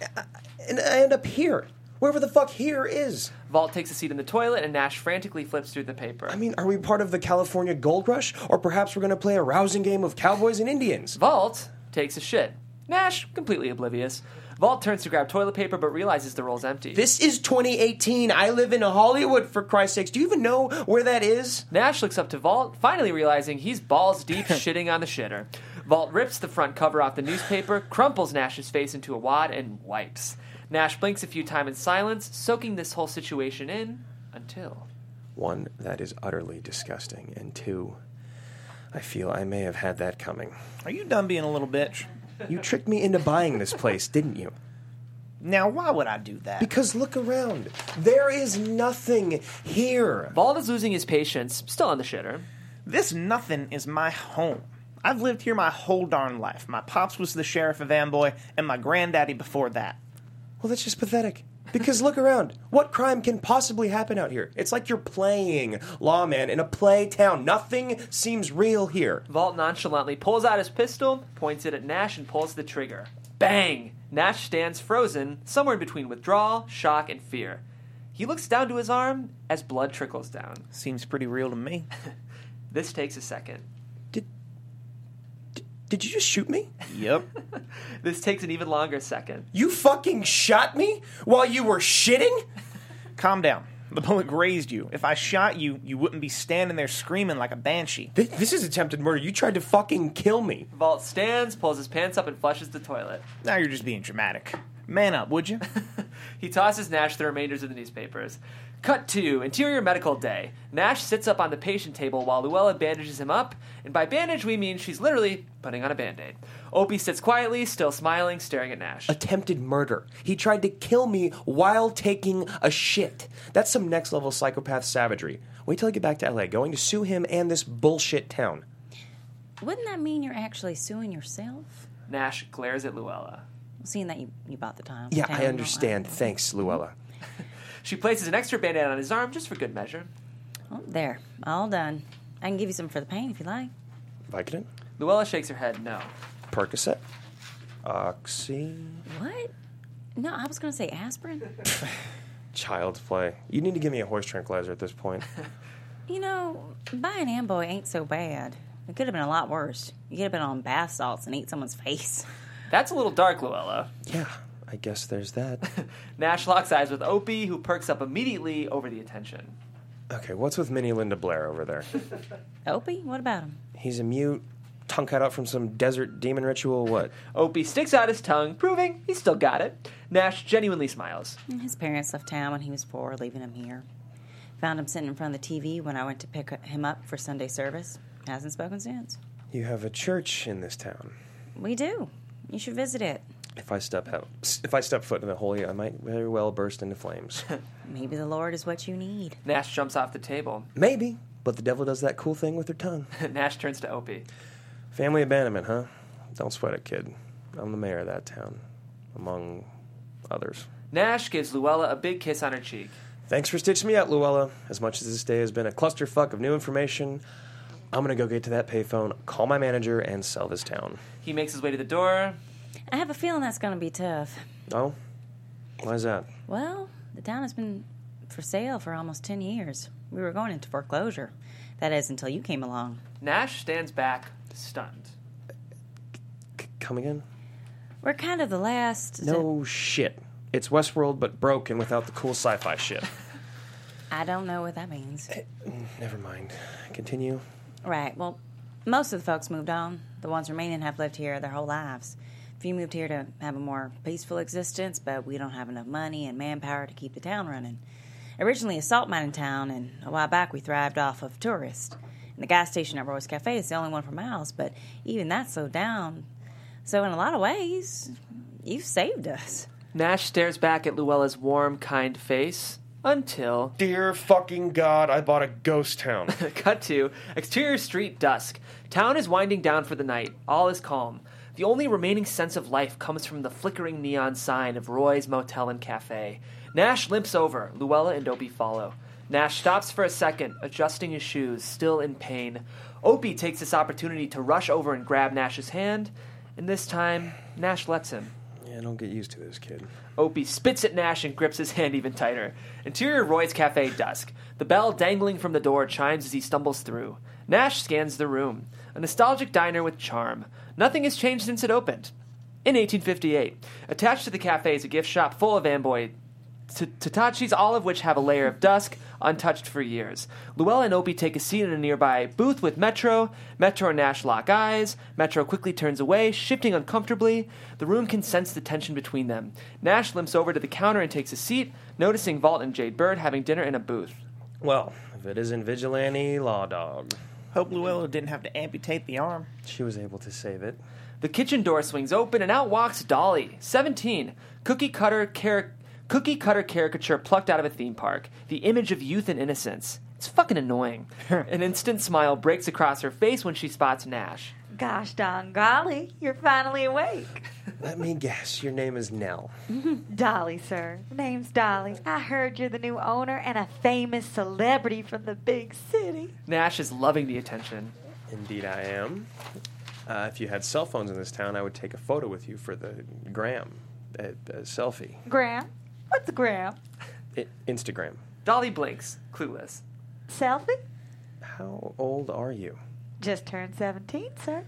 [SPEAKER 4] and I end up here. Wherever the fuck here is.
[SPEAKER 1] Vault takes a seat in the toilet and Nash frantically flips through the paper.
[SPEAKER 4] I mean, are we part of the California gold rush? Or perhaps we're going to play a rousing game of cowboys and Indians?
[SPEAKER 1] Vault takes a shit. Nash, completely oblivious. Vault turns to grab toilet paper but realizes the roll's empty.
[SPEAKER 4] This is 2018. I live in Hollywood, for Christ's sakes. Do you even know where that is?
[SPEAKER 1] Nash looks up to Vault, finally realizing he's balls deep shitting on the shitter. Vault rips the front cover off the newspaper, crumples Nash's face into a wad, and wipes. Nash blinks a few times in silence, soaking this whole situation in until.
[SPEAKER 4] One, that is utterly disgusting. And two, I feel I may have had that coming.
[SPEAKER 5] are you done being a little bitch?
[SPEAKER 4] You tricked me into buying this place, didn't you?
[SPEAKER 5] Now, why would I do that?
[SPEAKER 4] Because look around. There is nothing here.
[SPEAKER 1] Vault is losing his patience, still on the shitter.
[SPEAKER 5] This nothing is my home. I've lived here my whole darn life. My pops was the sheriff of Amboy, and my granddaddy before that.
[SPEAKER 4] Well, that's just pathetic. Because look around. What crime can possibly happen out here? It's like you're playing lawman in a play town. Nothing seems real here.
[SPEAKER 1] Vault nonchalantly pulls out his pistol, points it at Nash, and pulls the trigger. Bang! Nash stands frozen, somewhere in between withdrawal, shock, and fear. He looks down to his arm as blood trickles down.
[SPEAKER 5] Seems pretty real to me.
[SPEAKER 1] This takes a second.
[SPEAKER 4] Did you just shoot me?
[SPEAKER 5] Yep.
[SPEAKER 1] This takes an even longer second.
[SPEAKER 4] You fucking shot me while you were shitting?
[SPEAKER 5] Calm down. The bullet grazed you. If I shot you, you wouldn't be standing there screaming like a banshee.
[SPEAKER 4] Th- This is attempted murder. You tried to fucking kill me.
[SPEAKER 1] Vault stands, pulls his pants up, and flushes the toilet.
[SPEAKER 5] Now you're just being dramatic. Man up, would you?
[SPEAKER 1] He tosses Nash the remainders of the newspapers. Cut to Interior Medical Day. Nash sits up on the patient table while Luella bandages him up, and by bandage we mean she's literally putting on a band aid. Opie sits quietly, still smiling, staring at
[SPEAKER 4] Uh.
[SPEAKER 1] Nash.
[SPEAKER 4] Attempted murder. He tried to kill me while taking a shit. That's some next level psychopath savagery. Wait till I get back to LA, going to sue him and this bullshit town.
[SPEAKER 8] Wouldn't that mean you're actually suing yourself?
[SPEAKER 1] Nash glares at Luella.
[SPEAKER 8] Seeing that you, you bought the time.
[SPEAKER 4] Yeah,
[SPEAKER 8] town, you
[SPEAKER 4] I
[SPEAKER 8] know,
[SPEAKER 4] understand.
[SPEAKER 8] uh,
[SPEAKER 4] Thanks, Luella.
[SPEAKER 1] She places an extra band aid on his arm just for good measure.
[SPEAKER 8] oh, there, all done. I can give you some for the pain if you like.
[SPEAKER 4] Vicodin?
[SPEAKER 1] Luella shakes her head no.
[SPEAKER 4] Percocet? Oxy?
[SPEAKER 8] What? No, I was going to say aspirin.
[SPEAKER 4] Child's play. You need to give me a horse tranquilizer at this point.
[SPEAKER 8] You know, buying Amboy ain't so bad. It could have been a lot worse. You could have been on bath salts and ate someone's face.
[SPEAKER 1] That's a little dark, Luella.
[SPEAKER 4] yeah, I guess there's that.
[SPEAKER 1] Nash locks eyes with Opie, who perks up immediately over the attention.
[SPEAKER 4] Okay, what's with Minnie Linda Blair over there?
[SPEAKER 8] Opie, what about him?
[SPEAKER 4] He's a mute, tongue cut out from some desert demon ritual, what?
[SPEAKER 1] Opie sticks out his tongue, proving he's still got it. Nash genuinely smiles.
[SPEAKER 8] His parents left town when he was four, leaving him here. Found him sitting in front of the TV when I went to pick him up for Sunday service. Hasn't spoken since.
[SPEAKER 4] You have a church in this town.
[SPEAKER 8] We do. You should visit it.
[SPEAKER 4] If I step out, if I step foot in the holy, I might very well burst into flames.
[SPEAKER 8] Maybe the Lord is what you need.
[SPEAKER 1] Nash jumps off the table.
[SPEAKER 4] Maybe, but the devil does that cool thing with her tongue.
[SPEAKER 1] Nash turns to Opie.
[SPEAKER 4] Family abandonment, huh? Don't sweat it, kid. I'm the mayor of that town, among others.
[SPEAKER 1] Nash gives Luella a big kiss on her cheek.
[SPEAKER 4] Thanks for stitching me out, Luella. As much as this day has been a clusterfuck of new information, I'm gonna go get to that payphone, call my manager, and sell this town.
[SPEAKER 1] He makes his way to the door.
[SPEAKER 8] I have a feeling that's going to be tough.
[SPEAKER 4] Oh, why's that?
[SPEAKER 8] Well, the town has been for sale for almost 10 years. We were going into foreclosure. That is, until you came along.
[SPEAKER 1] Nash stands back, stunned.
[SPEAKER 4] C- come again?
[SPEAKER 8] We're kind of the last.
[SPEAKER 4] No shit. It's Westworld, but broken without the cool sci-fi shit.
[SPEAKER 8] I don't know what that means.
[SPEAKER 4] Never mind. Continue.
[SPEAKER 8] Right. Well, most of the folks moved on. The ones remaining have lived here their whole lives. Few moved here to have a more peaceful existence, but we don't have enough money and manpower to keep the town running. Originally a salt mining town, and a while back we thrived off of tourists. And the gas station at Roy's Cafe is the only one for miles, but even that slowed down. So, in a lot of ways, you've saved us.
[SPEAKER 1] Nash stares back at Luella's warm, kind face until
[SPEAKER 4] Dear fucking god, I bought a ghost town.
[SPEAKER 1] Cut to exterior street dusk. Town is winding down for the night. All is calm. The only remaining sense of life comes from the flickering neon sign of Roy's Motel and Cafe. Nash limps over. Luella and Opie follow. Nash stops for a second, adjusting his shoes, still in pain. Opie takes this opportunity to rush over and grab Nash's hand, and this time, Nash lets him.
[SPEAKER 4] Yeah, don't get used to this kid.
[SPEAKER 1] Opie spits at Nash and grips his hand even tighter. Interior Roy's Cafe dusk. The bell dangling from the door chimes as he stumbles through. Nash scans the room. A nostalgic diner with charm. Nothing has changed since it opened. In 1858, attached to the cafe is a gift shop full of Amboy t- Tatachis, all of which have a layer of dusk untouched for years. Luella and Opie take a seat in a nearby booth with Metro. Metro and Nash lock eyes. Metro quickly turns away, shifting uncomfortably. The room can sense the tension between them. Nash limps over to the counter and takes a seat, noticing Vault and Jade Bird having dinner in a booth.
[SPEAKER 4] Well, if it isn't vigilante law dog,
[SPEAKER 5] Hope Luella didn't have to amputate the arm.
[SPEAKER 4] she was able to save it.
[SPEAKER 1] The kitchen door swings open and out walks Dolly, 17, cookie cutter cari- cookie cutter caricature plucked out of a theme park, the image of youth and innocence. It's fucking annoying. An instant smile breaks across her face when she spots Nash.
[SPEAKER 7] Gosh, Don Golly, you're finally awake.
[SPEAKER 4] Let me guess, your name is Nell.
[SPEAKER 7] Dolly, sir. Name's Dolly. I heard you're the new owner and a famous celebrity from the big city.
[SPEAKER 1] Nash is loving the attention.
[SPEAKER 4] Indeed, I am. Uh, if you had cell phones in this town, I would take a photo with you for the gram, uh, uh, selfie,
[SPEAKER 7] Graham? What's a Graham?
[SPEAKER 4] I- Instagram.
[SPEAKER 1] Dolly blinks, clueless.
[SPEAKER 7] Selfie?
[SPEAKER 4] How old are you?
[SPEAKER 7] Just turned 17, sir.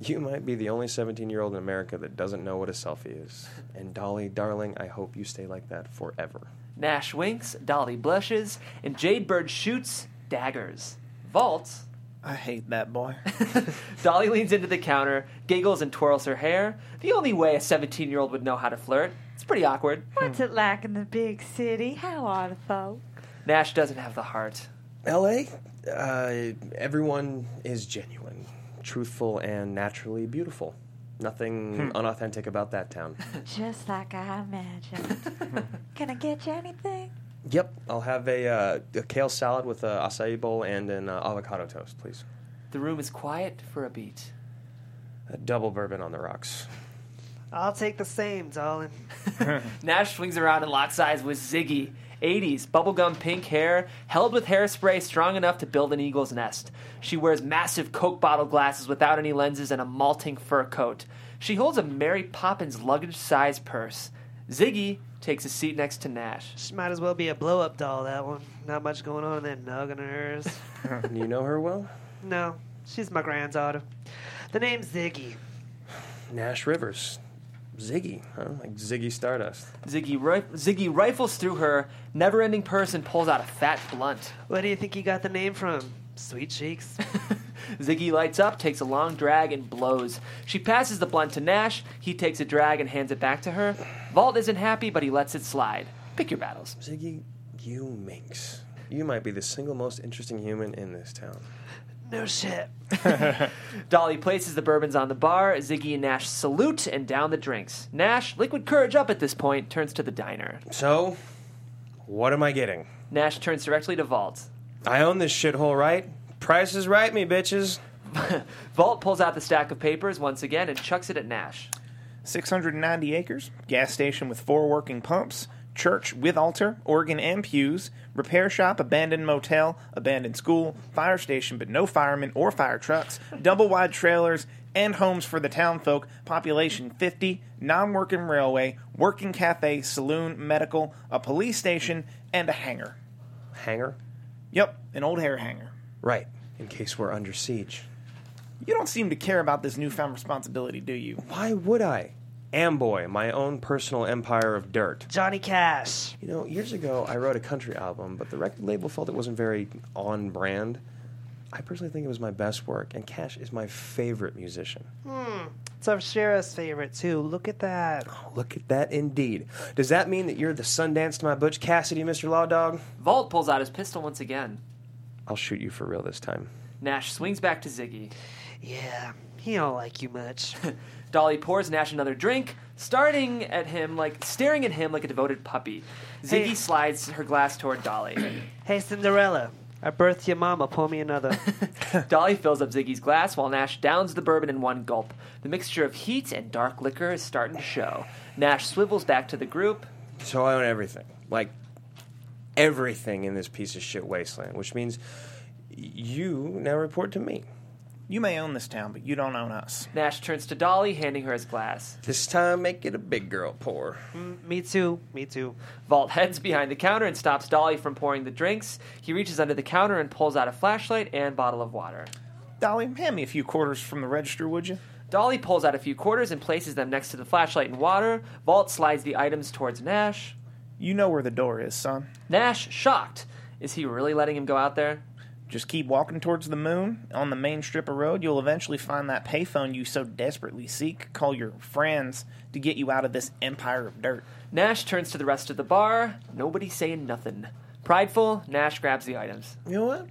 [SPEAKER 4] You might be the only 17 year old in America that doesn't know what a selfie is. And Dolly, darling, I hope you stay like that forever.
[SPEAKER 1] Nash winks, Dolly blushes, and Jadebird shoots daggers. Vault
[SPEAKER 5] I hate that boy.
[SPEAKER 1] Dolly leans into the counter, giggles, and twirls her hair. The only way a 17 year old would know how to flirt. It's pretty awkward.
[SPEAKER 7] What's it like in the big city? How are the folk?
[SPEAKER 1] Nash doesn't have the heart.
[SPEAKER 4] LA? Uh, everyone is genuine, truthful, and naturally beautiful. Nothing unauthentic about that town.
[SPEAKER 7] Just like I imagined. Can I get you anything?
[SPEAKER 4] yep, I'll have a, uh, a kale salad with a acai bowl and an uh, avocado toast, please.
[SPEAKER 1] The room is quiet for a beat.
[SPEAKER 4] A double bourbon on the rocks.
[SPEAKER 6] I'll take the same, darling.
[SPEAKER 1] Nash swings around and locks eyes with Ziggy. 80s, bubblegum pink hair, held with hairspray strong enough to build an eagle's nest. She wears massive Coke bottle glasses without any lenses and a malting fur coat. She holds a Mary Poppins luggage sized purse. Ziggy takes a seat next to Nash.
[SPEAKER 6] She might as well be a blow up doll, that one. Not much going on in that nug of hers.
[SPEAKER 4] Do you know her well?
[SPEAKER 6] no, she's my granddaughter. The name's Ziggy.
[SPEAKER 4] Nash Rivers. Ziggy, huh? Like Ziggy Stardust.
[SPEAKER 1] Ziggy, ri- Ziggy rifles through her never ending purse and pulls out a fat blunt.
[SPEAKER 6] Where do you think he got the name from? Sweet Cheeks.
[SPEAKER 1] Ziggy lights up, takes a long drag, and blows. She passes the blunt to Nash. He takes a drag and hands it back to her. Vault isn't happy, but he lets it slide. Pick your battles.
[SPEAKER 4] Ziggy, you minx. You might be the single most interesting human in this town.
[SPEAKER 6] no shit.
[SPEAKER 1] Dolly places the bourbons on the bar. Ziggy and Nash salute and down the drinks. Nash, liquid courage up at this point, turns to the diner.
[SPEAKER 4] So, what am I getting?
[SPEAKER 1] Nash turns directly to Vault.
[SPEAKER 4] I own this shithole, right? Price is right, me bitches.
[SPEAKER 1] Vault pulls out the stack of papers once again and chucks it at Nash.
[SPEAKER 5] 690 acres, gas station with four working pumps, church with altar, organ and pews, repair shop, abandoned motel, abandoned school, fire station but no firemen or fire trucks, double wide trailers, and homes for the town folk, population 50, non working railway, working cafe, saloon, medical, a police station, and a hangar.
[SPEAKER 4] Hanger?
[SPEAKER 5] Yep, an old hair hanger.
[SPEAKER 4] Right, in case we're under siege.
[SPEAKER 5] You don't seem to care about this newfound responsibility, do you?
[SPEAKER 4] Why would I? Amboy, my own personal empire of dirt.
[SPEAKER 6] Johnny Cash.
[SPEAKER 4] You know, years ago I wrote a country album, but the record label felt it wasn't very on brand. I personally think it was my best work, and Cash is my favorite musician.
[SPEAKER 6] It's our Shara's favorite, too. Look at that.
[SPEAKER 4] Oh, Look at that indeed. Does that mean that you're the Sundance to my Butch Cassidy, Mr. Law Dog?
[SPEAKER 1] Vault pulls out his pistol once again.
[SPEAKER 4] I'll shoot you for real this time.
[SPEAKER 1] Nash swings back to Ziggy.
[SPEAKER 6] Yeah, he don't like you much.
[SPEAKER 1] Dolly pours Nash another drink, starting at him like staring at him like a devoted puppy. Ziggy
[SPEAKER 6] Hey.
[SPEAKER 1] slides her glass toward Dolly.
[SPEAKER 6] hey, Cinderella. I birthed your mama. Pour me another.
[SPEAKER 1] Dolly fills up Ziggy's glass while Nash downs the bourbon in one gulp. The mixture of heat and dark liquor is starting to show. Nash swivels back to the group.
[SPEAKER 4] So I own everything. Like everything in this piece of shit wasteland, which means you now report to me.
[SPEAKER 5] You may own this town, but you don't own us.
[SPEAKER 1] Nash turns to Dolly, handing her his glass.
[SPEAKER 4] This time, make it a big girl pour.
[SPEAKER 6] Me too. Me too.
[SPEAKER 1] Vault heads behind the counter and stops Dolly from pouring the drinks. He reaches under the counter and pulls out a flashlight and bottle of water.
[SPEAKER 5] Dolly, hand me a few quarters from the register, would you?
[SPEAKER 1] Dolly pulls out a few quarters and places them next to the flashlight and water. Vault slides the items towards Nash.
[SPEAKER 5] You know where the door is, son.
[SPEAKER 1] Nash, shocked. Is he really letting him go out there?
[SPEAKER 5] Just keep walking towards the moon. On the main strip of road, you'll eventually find that payphone you so desperately seek. Call your friends to get you out of this empire of dirt.
[SPEAKER 1] Nash turns to the rest of the bar. Nobody saying nothing. Prideful, Nash grabs the items.
[SPEAKER 4] You know what?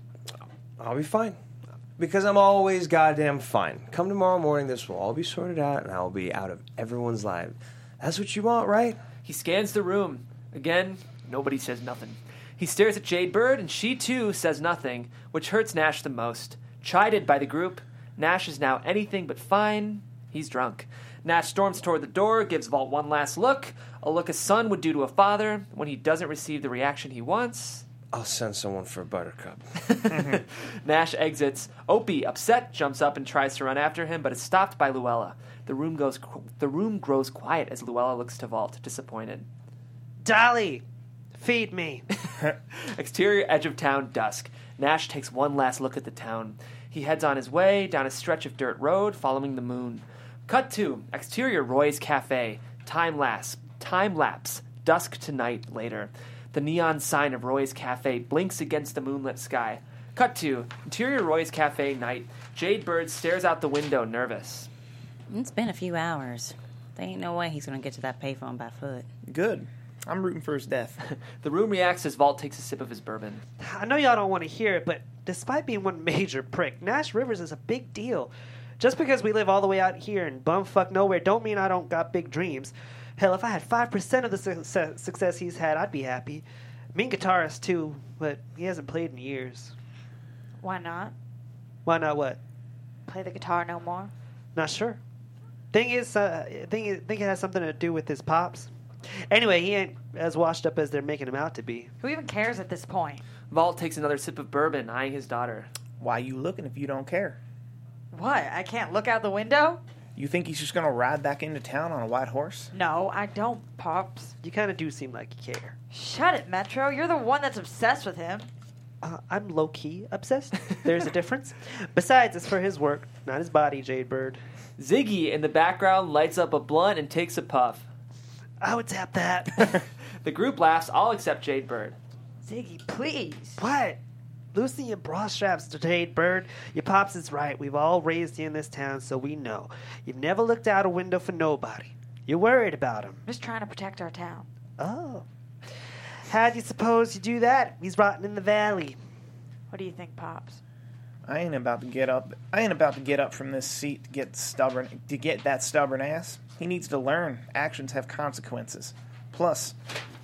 [SPEAKER 4] I'll be fine. Because I'm always goddamn fine. Come tomorrow morning, this will all be sorted out and I'll be out of everyone's life. That's what you want, right?
[SPEAKER 1] He scans the room. Again, nobody says nothing. He stares at Jade Bird, and she too says nothing, which hurts Nash the most. Chided by the group, Nash is now anything but fine. He's drunk. Nash storms toward the door, gives Vault one last look, a look a son would do to a father when he doesn't receive the reaction he wants.
[SPEAKER 4] I'll send someone for a buttercup.
[SPEAKER 1] Nash exits. Opie, upset, jumps up and tries to run after him, but is stopped by Luella. The room goes. The room grows quiet as Luella looks to Vault, disappointed.
[SPEAKER 6] Dolly, feed me.
[SPEAKER 1] Exterior edge of town, dusk. Nash takes one last look at the town. He heads on his way down a stretch of dirt road, following the moon. Cut to exterior Roy's Cafe. Time lapse. Time lapse. Dusk to night later. The neon sign of Roy's Cafe blinks against the moonlit sky. Cut to interior Roy's Cafe night. Jade Bird stares out the window, nervous.
[SPEAKER 8] It's been a few hours. There ain't no way he's gonna get to that payphone by foot.
[SPEAKER 5] Good. I'm rooting for his death.
[SPEAKER 1] The room reacts as Vault takes a sip of his bourbon.
[SPEAKER 6] I know y'all don't want to hear it, but despite being one major prick, Nash Rivers is a big deal. Just because we live all the way out here in bumfuck nowhere, don't mean I don't got big dreams. Hell, if I had five percent of the success, success he's had, I'd be happy. Mean guitarist too, but he hasn't played in years.
[SPEAKER 7] Why not?
[SPEAKER 6] Why not? What?
[SPEAKER 7] Play the guitar no more.
[SPEAKER 6] Not sure. Thing is, uh, think it, think it has something to do with his pops. Anyway, he ain't as washed up as they're making him out to be.
[SPEAKER 7] Who even cares at this point?
[SPEAKER 1] Vault takes another sip of bourbon, eyeing his daughter.
[SPEAKER 5] Why you looking if you don't care?
[SPEAKER 7] What? I can't look out the window?
[SPEAKER 5] You think he's just gonna ride back into town on a white horse?
[SPEAKER 7] No, I don't, Pops.
[SPEAKER 6] You kind of do seem like you care.
[SPEAKER 7] Shut it, Metro. You're the one that's obsessed with him.
[SPEAKER 6] Uh, I'm low key obsessed. There's a difference. Besides, it's for his work, not his body, Jade Bird.
[SPEAKER 1] Ziggy in the background lights up a blunt and takes a puff.
[SPEAKER 6] I would tap that.
[SPEAKER 1] The group laughs, all except Jade Bird.
[SPEAKER 7] Ziggy, please.
[SPEAKER 6] what? Lucy and bra straps to Jade Bird. Your pops is right. We've all raised you in this town, so we know. You've never looked out a window for nobody. You're worried about him.
[SPEAKER 7] I'm just trying to protect our town.
[SPEAKER 6] Oh. How do you suppose you do that? He's rotting in the valley.
[SPEAKER 7] What do you think, Pops?
[SPEAKER 5] I ain't about to get up. I ain't about to get up from this seat to get stubborn to get that stubborn ass. He needs to learn. Actions have consequences. Plus,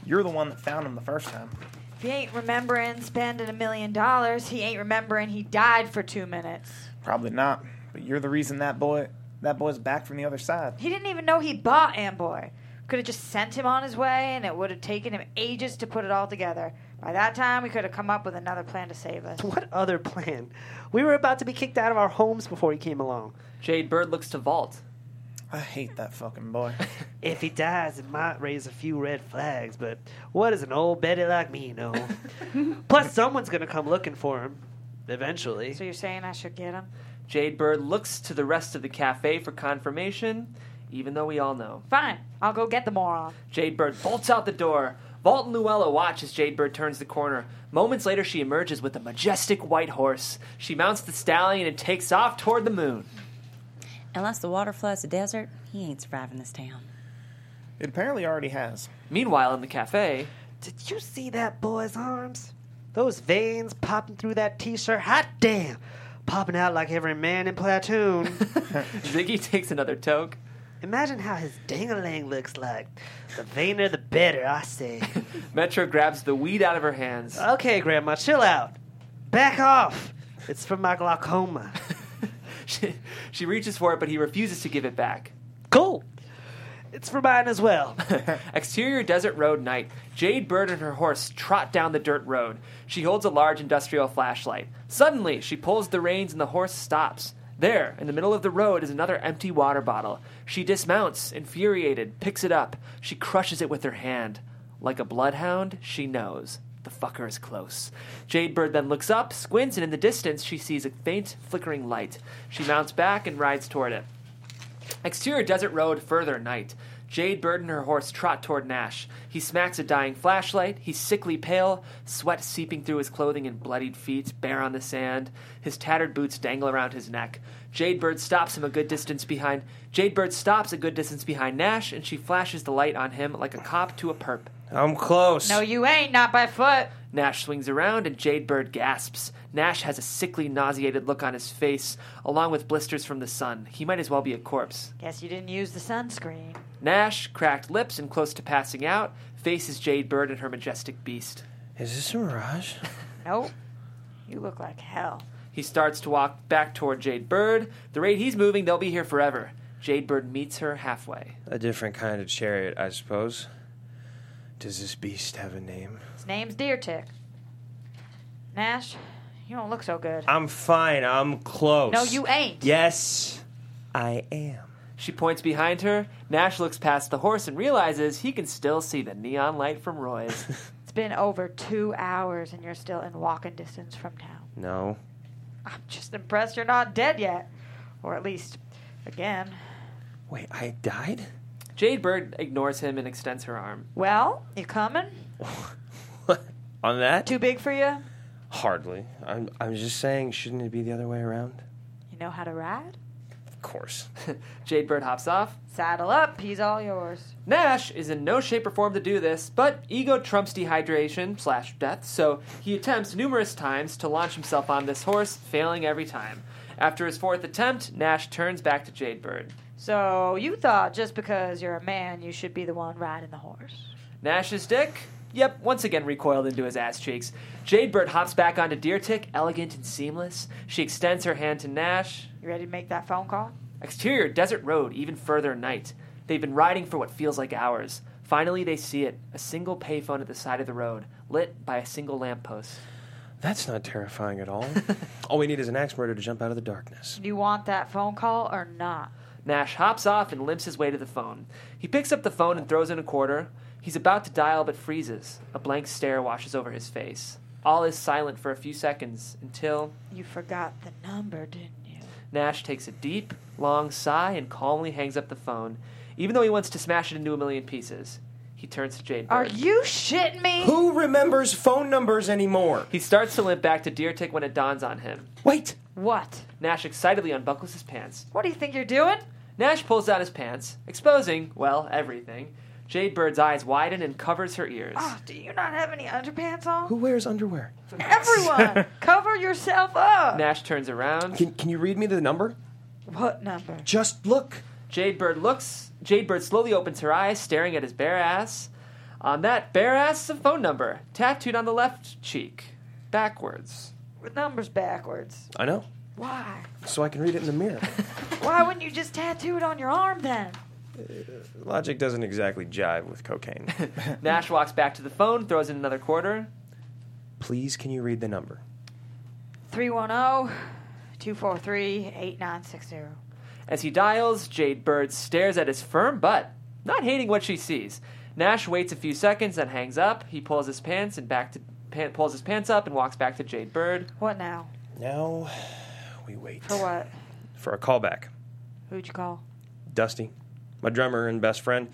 [SPEAKER 5] you're the one that found him the first time.
[SPEAKER 7] If he ain't remembering spending a million dollars, he ain't remembering he died for two minutes.
[SPEAKER 5] Probably not, but you're the reason that boy that boy's back from the other side.
[SPEAKER 7] He didn't even know he bought Amboy. Could have just sent him on his way, and it would have taken him ages to put it all together. By that time, we could have come up with another plan to save us.
[SPEAKER 6] What other plan? We were about to be kicked out of our homes before he came along.
[SPEAKER 1] Jade Bird looks to Vault.
[SPEAKER 5] I hate that fucking boy.
[SPEAKER 6] If he dies, it might raise a few red flags, but what does an old Betty like me know? Plus, someone's gonna come looking for him eventually.
[SPEAKER 7] So you're saying I should get him?
[SPEAKER 1] Jade Bird looks to the rest of the cafe for confirmation, even though we all know.
[SPEAKER 7] Fine, I'll go get the moron.
[SPEAKER 1] Jade Bird bolts out the door. Vault and Luella watch as Jade Bird turns the corner. Moments later, she emerges with a majestic white horse. She mounts the stallion and takes off toward the moon.
[SPEAKER 8] Unless the water floods the desert, he ain't surviving this town.
[SPEAKER 5] it apparently already has.
[SPEAKER 1] Meanwhile, in the cafe,
[SPEAKER 6] Did you see that boy's arms? Those veins popping through that t-shirt. Hot damn! Popping out like every man in platoon.
[SPEAKER 1] Ziggy takes another toke.
[SPEAKER 6] Imagine how his dang-a-lang looks like. The vainer, the better, I say.
[SPEAKER 1] Metro grabs the weed out of her hands.
[SPEAKER 6] okay, Grandma, chill out. Back off. It's for my glaucoma.
[SPEAKER 1] She, she reaches for it, but he refuses to give it back.
[SPEAKER 6] Cool. It's for mine as well.
[SPEAKER 1] Exterior desert road night. Jade Bird and her horse trot down the dirt road. She holds a large industrial flashlight. Suddenly, she pulls the reins and the horse stops. There, in the middle of the road, is another empty water bottle. She dismounts, infuriated, picks it up. She crushes it with her hand. Like a bloodhound, she knows. The fucker is close. Jade Bird then looks up, squints, and in the distance, she sees a faint, flickering light. She mounts back and rides toward it. Exterior desert road, further night. Jade Bird and her horse trot toward Nash. He smacks a dying flashlight. He's sickly pale, sweat seeping through his clothing and bloodied feet, bare on the sand. His tattered boots dangle around his neck. Jade Bird stops him a good distance behind. Jade Bird stops a good distance behind Nash, and she flashes the light on him like a cop to a perp.
[SPEAKER 4] I'm close.
[SPEAKER 7] No, you ain't. Not by foot.
[SPEAKER 1] Nash swings around and Jade Bird gasps. Nash has a sickly, nauseated look on his face, along with blisters from the sun. He might as well be a corpse.
[SPEAKER 7] Guess you didn't use the sunscreen.
[SPEAKER 1] Nash, cracked lips and close to passing out, faces Jade Bird and her majestic beast.
[SPEAKER 4] Is this a mirage?
[SPEAKER 7] Nope. You look like hell.
[SPEAKER 1] He starts to walk back toward Jade Bird. The rate he's moving, they'll be here forever. Jade Bird meets her halfway.
[SPEAKER 4] A different kind of chariot, I suppose. Does this beast have a name?
[SPEAKER 7] His name's Deer Tick. Nash, you don't look so good.
[SPEAKER 4] I'm fine. I'm close.
[SPEAKER 7] No, you ain't.
[SPEAKER 4] Yes, I am.
[SPEAKER 1] She points behind her. Nash looks past the horse and realizes he can still see the neon light from Roy's.
[SPEAKER 7] It's been over two hours and you're still in walking distance from town.
[SPEAKER 4] No.
[SPEAKER 7] I'm just impressed you're not dead yet. Or at least, again.
[SPEAKER 4] Wait, I died?
[SPEAKER 1] Jade Bird ignores him and extends her arm.
[SPEAKER 7] Well, you coming?
[SPEAKER 4] On that?
[SPEAKER 7] Too big for you?
[SPEAKER 4] Hardly. I'm, I'm just saying, shouldn't it be the other way around?
[SPEAKER 7] You know how to ride?
[SPEAKER 4] Of course.
[SPEAKER 1] Jade Bird hops off.
[SPEAKER 7] Saddle up, he's all yours.
[SPEAKER 1] Nash is in no shape or form to do this, but ego trumps dehydration slash death, so he attempts numerous times to launch himself on this horse, failing every time. After his fourth attempt, Nash turns back to Jade Bird.
[SPEAKER 7] So you thought just because you're a man, you should be the one riding the horse.
[SPEAKER 1] Nash's dick, yep, once again recoiled into his ass cheeks. Jade Bird hops back onto Deer Tick, elegant and seamless. She extends her hand to Nash.
[SPEAKER 7] You ready to make that phone call?
[SPEAKER 1] Exterior, desert road, even further night. They've been riding for what feels like hours. Finally, they see it a single payphone at the side of the road, lit by a single lamppost.
[SPEAKER 4] That's not terrifying at all. all we need is an axe murder to jump out of the darkness.
[SPEAKER 7] Do you want that phone call or not?
[SPEAKER 1] Nash hops off and limps his way to the phone. He picks up the phone and throws in a quarter. He's about to dial but freezes. A blank stare washes over his face. All is silent for a few seconds until
[SPEAKER 7] You forgot the number, didn't you?
[SPEAKER 1] Nash takes a deep, long sigh and calmly hangs up the phone, even though he wants to smash it into a million pieces. He turns to Jade.
[SPEAKER 7] Are
[SPEAKER 1] Bird.
[SPEAKER 7] you shitting me?
[SPEAKER 4] Who remembers phone numbers anymore?
[SPEAKER 1] He starts to limp back to Deer Tick when it dawns on him.
[SPEAKER 4] Wait!
[SPEAKER 7] What?
[SPEAKER 1] Nash excitedly unbuckles his pants.
[SPEAKER 7] What do you think you're doing?
[SPEAKER 1] Nash pulls down his pants, exposing, well, everything. Jade Bird's eyes widen and covers her ears.
[SPEAKER 7] Oh, do you not have any underpants on?
[SPEAKER 4] Who wears underwear?
[SPEAKER 7] Everyone, cover yourself up.
[SPEAKER 1] Nash turns around.
[SPEAKER 4] Can, can you read me the number?
[SPEAKER 7] What number?
[SPEAKER 4] Just look.
[SPEAKER 1] Jade Bird looks. Jade Bird slowly opens her eyes, staring at his bare ass. On that bare ass is a phone number, tattooed on the left cheek, backwards.
[SPEAKER 7] The number's backwards.
[SPEAKER 4] I know.
[SPEAKER 7] Why?
[SPEAKER 4] So I can read it in the mirror.
[SPEAKER 7] Why wouldn't you just tattoo it on your arm then?
[SPEAKER 4] Logic doesn't exactly jive with cocaine.
[SPEAKER 1] Nash walks back to the phone, throws in another quarter.
[SPEAKER 4] Please, can you read the number?
[SPEAKER 7] oh, 310-243-8960.
[SPEAKER 1] As he dials, Jade Bird stares at his firm butt, not hating what she sees. Nash waits a few seconds and hangs up. He pulls his pants and back to pa- pulls his pants up and walks back to Jade Bird.
[SPEAKER 7] What now?
[SPEAKER 4] Now we wait
[SPEAKER 7] For what?
[SPEAKER 4] for a callback.
[SPEAKER 7] Who'd you call?
[SPEAKER 4] Dusty, my drummer and best friend,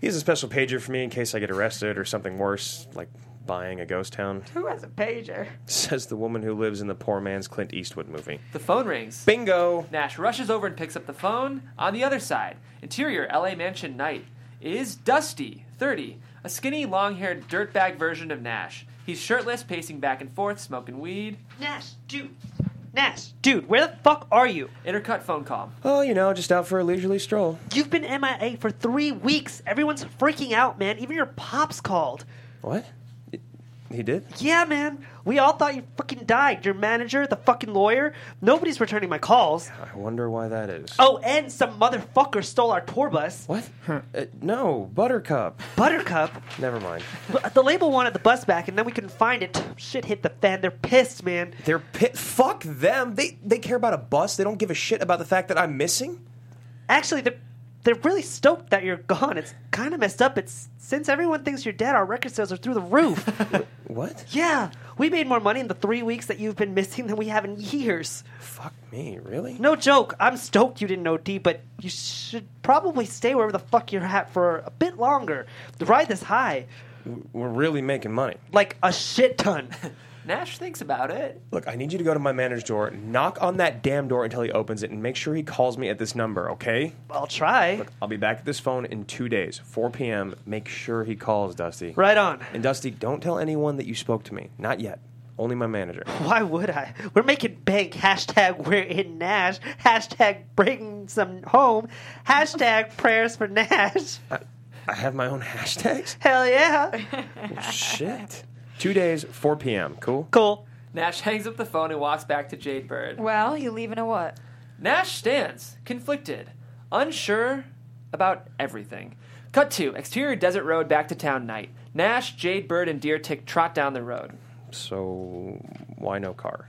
[SPEAKER 4] he has a special pager for me in case I get arrested or something worse, like buying a ghost town.
[SPEAKER 7] Who has a pager?
[SPEAKER 4] Says the woman who lives in the poor man's Clint Eastwood movie.
[SPEAKER 1] The phone rings.
[SPEAKER 4] Bingo.
[SPEAKER 1] Nash rushes over and picks up the phone. On the other side, interior LA mansion night is Dusty, 30, a skinny, long haired dirtbag version of Nash. He's shirtless, pacing back and forth, smoking weed.
[SPEAKER 6] Nash, dude. Nash, dude, where the fuck are you?
[SPEAKER 1] Intercut phone call.
[SPEAKER 4] Oh, you know, just out for a leisurely stroll.
[SPEAKER 6] You've been MIA for three weeks. Everyone's freaking out, man. Even your pops called.
[SPEAKER 4] What? He did?
[SPEAKER 6] Yeah, man. We all thought you fucking died. Your manager, the fucking lawyer. Nobody's returning my calls.
[SPEAKER 4] I wonder why that is.
[SPEAKER 6] Oh, and some motherfucker stole our tour bus.
[SPEAKER 4] What? Uh, no, Buttercup.
[SPEAKER 6] Buttercup.
[SPEAKER 4] Never mind.
[SPEAKER 6] But The label wanted the bus back, and then we couldn't find it. Shit hit the fan. They're pissed, man.
[SPEAKER 4] They're pit. Fuck them. They they care about a bus. They don't give a shit about the fact that I'm missing.
[SPEAKER 6] Actually, they're they're really stoked that you're gone. It's kind of messed up. It's since everyone thinks you're dead, our record sales are through the roof.
[SPEAKER 4] What?
[SPEAKER 6] yeah, we made more money in the three weeks that you've been missing than we have in years.
[SPEAKER 4] Fuck me. Really?
[SPEAKER 6] No joke. I'm stoked you didn't OD, but you should probably stay wherever the fuck you're at for a bit longer. Ride this high,
[SPEAKER 4] We're really making money.
[SPEAKER 6] like a shit ton.
[SPEAKER 1] Nash thinks about it.
[SPEAKER 4] Look, I need you to go to my manager's door, knock on that damn door until he opens it, and make sure he calls me at this number. Okay?
[SPEAKER 6] I'll try.
[SPEAKER 4] I'll be back at this phone in two days, 4 p.m. Make sure he calls Dusty.
[SPEAKER 6] Right on.
[SPEAKER 4] And Dusty, don't tell anyone that you spoke to me. Not yet. Only my manager.
[SPEAKER 6] Why would I? We're making bank. Hashtag we're in Nash. Hashtag bringing some home. Hashtag prayers for Nash.
[SPEAKER 4] I have my own hashtags. Oh,
[SPEAKER 6] Hell yeah.
[SPEAKER 4] Shit. Two days, 4 p.m. Cool.
[SPEAKER 6] Cool.
[SPEAKER 1] Nash hangs up the phone and walks back to Jadebird.
[SPEAKER 7] Well, you leaving or what?
[SPEAKER 1] Nash stands, conflicted, unsure about everything. Cut to exterior desert road back to town night. Nash, Jadebird, and Deer Tick trot down the road.
[SPEAKER 4] So, why no car?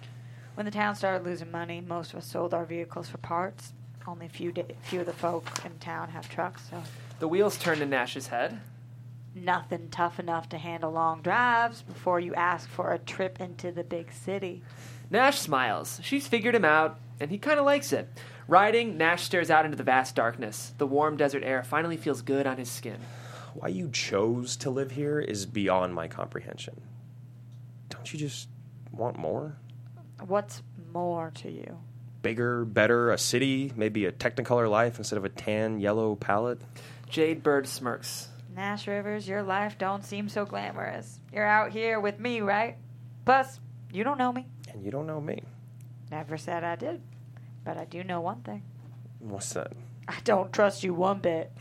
[SPEAKER 7] When the town started losing money, most of us sold our vehicles for parts. Only a few da- few of the folk in town have trucks, so
[SPEAKER 1] The wheels turn to Nash's head.
[SPEAKER 7] nothing tough enough to handle long drives before you ask for a trip into the big city.
[SPEAKER 1] Nash smiles. She's figured him out, and he kind of likes it. Riding, Nash stares out into the vast darkness. The warm desert air finally feels good on his skin.
[SPEAKER 4] Why you chose to live here is beyond my comprehension. Don't you just want more?
[SPEAKER 7] What's more to you?
[SPEAKER 4] Bigger, better, a city, maybe a technicolor life instead of a tan yellow palette?
[SPEAKER 1] Jadebird smirks.
[SPEAKER 7] Nash Rivers, your life don't seem so glamorous. You're out here with me, right? Plus, you don't know me.
[SPEAKER 4] And you don't know me.
[SPEAKER 7] Never said I did. But I do know one thing.
[SPEAKER 4] What's that?
[SPEAKER 7] I don't trust you one bit.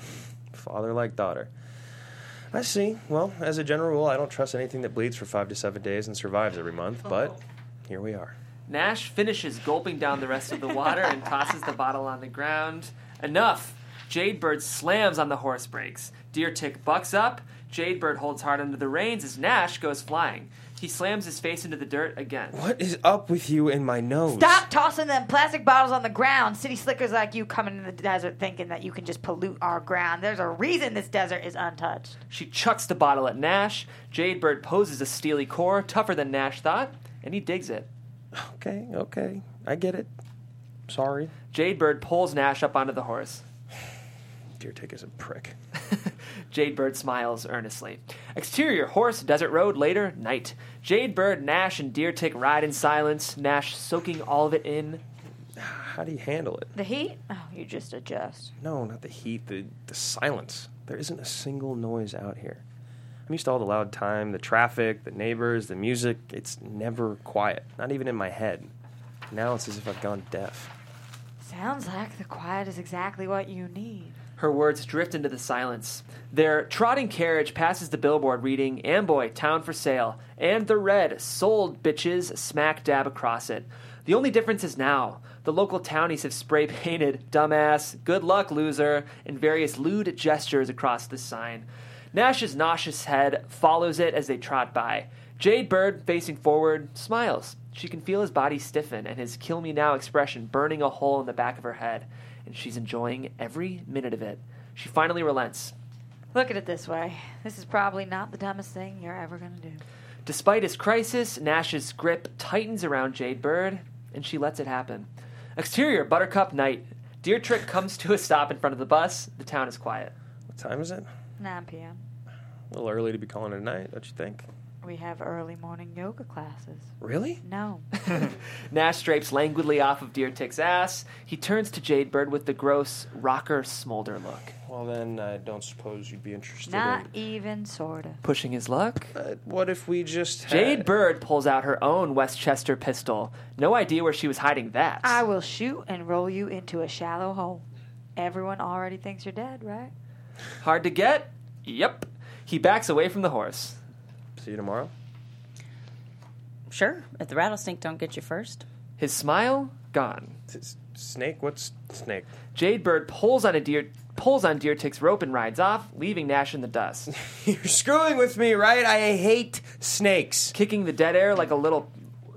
[SPEAKER 4] Father like daughter. I see. Well, as a general rule, I don't trust anything that bleeds for five to seven days and survives every month, but here we are.
[SPEAKER 1] Nash finishes gulping down the rest of the water and tosses the bottle on the ground. Enough! Jadebird slams on the horse brakes. Deer Tick bucks up. Jadebird holds hard onto the reins as Nash goes flying. He slams his face into the dirt again.
[SPEAKER 4] What is up with you in my nose?
[SPEAKER 7] Stop tossing them plastic bottles on the ground. City slickers like you coming in the desert thinking that you can just pollute our ground. There's a reason this desert is untouched.
[SPEAKER 1] She chucks the bottle at Nash. Jadebird poses a steely core, tougher than Nash thought, and he digs it.
[SPEAKER 4] Okay, okay. I get it. Sorry.
[SPEAKER 1] Jadebird pulls Nash up onto the horse.
[SPEAKER 4] Deer Tick is a prick.
[SPEAKER 1] Jadebird smiles earnestly. Exterior horse, desert road, later, night. Jadebird, Nash, and Deer Tick ride in silence, Nash soaking all of it in.
[SPEAKER 4] How do you handle it?
[SPEAKER 7] The heat? Oh, you just adjust.
[SPEAKER 4] No, not the heat, the, the silence. There isn't a single noise out here. I'm used to all the loud time, the traffic, the neighbors, the music. It's never quiet, not even in my head. Now it's as if I've gone deaf.
[SPEAKER 7] Sounds like the quiet is exactly what you need.
[SPEAKER 1] Her words drift into the silence. Their trotting carriage passes the billboard reading Amboy, Town for Sale, and the red, Sold Bitches, smack dab across it. The only difference is now. The local townies have spray painted dumbass, good luck, loser, and various lewd gestures across the sign. Nash's nauseous head follows it as they trot by. Jade Bird, facing forward, smiles. She can feel his body stiffen and his kill me now expression burning a hole in the back of her head, and she's enjoying every minute of it. She finally relents.
[SPEAKER 7] Look at it this way. This is probably not the dumbest thing you're ever going to do.
[SPEAKER 1] Despite his crisis, Nash's grip tightens around Jade Bird, and she lets it happen. Exterior, Buttercup Night. Deer Trick comes to a stop in front of the bus. The town is quiet.
[SPEAKER 4] What time is it?
[SPEAKER 7] 9 p.m.
[SPEAKER 4] A little early to be calling it a night, don't you think?
[SPEAKER 7] We have early morning yoga classes.
[SPEAKER 4] Really?
[SPEAKER 7] No.
[SPEAKER 1] Nash strapes languidly off of Deer Tick's ass. He turns to Jade Bird with the gross rocker smolder look.
[SPEAKER 4] Well, then I don't suppose you'd be interested
[SPEAKER 7] not even sorta.
[SPEAKER 1] Pushing his luck,
[SPEAKER 4] in. Uh, what if we just. had-
[SPEAKER 1] Jade Bird pulls out her own Westchester pistol. No idea where she was hiding that.
[SPEAKER 7] I will shoot and roll you into a shallow hole. Everyone already thinks you're dead, right?
[SPEAKER 1] Hard to get? Yep. He backs away from the horse.
[SPEAKER 4] See you tomorrow?
[SPEAKER 8] Sure, if the rattlesnake don't get you first.
[SPEAKER 1] His smile gone.
[SPEAKER 4] S- Snake? What's snake?
[SPEAKER 1] Jade Bird pulls on a deer pulls on Deer Tick's rope and rides off, leaving Nash in the dust,
[SPEAKER 4] You're screwing with me, right? I hate snakes.
[SPEAKER 1] kicking the dead air like a little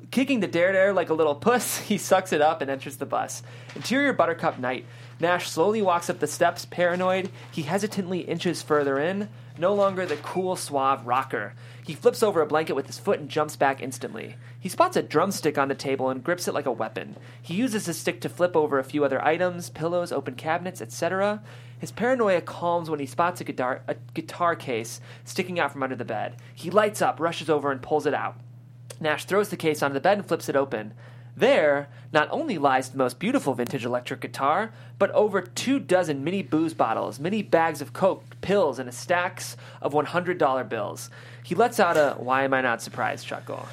[SPEAKER 1] kicking the dead air like a little puss. He sucks it up and enters the bus. Interior Buttercup night. Nash slowly walks up the steps, paranoid. He hesitantly inches further in, no longer the cool, suave rocker. He flips over a blanket with his foot and jumps back instantly. He spots a drumstick on the table and grips it like a weapon. He uses his stick to flip over a few other items, pillows, open cabinets, etc. His paranoia calms when he spots a guitar, a guitar case sticking out from under the bed. He lights up, rushes over, and pulls it out. Nash throws the case onto the bed and flips it open. There, not only lies the most beautiful vintage electric guitar, but over two dozen mini booze bottles, mini bags of coke, pills, and a stacks of $100 bills. He lets out a why am I not surprised chuckle.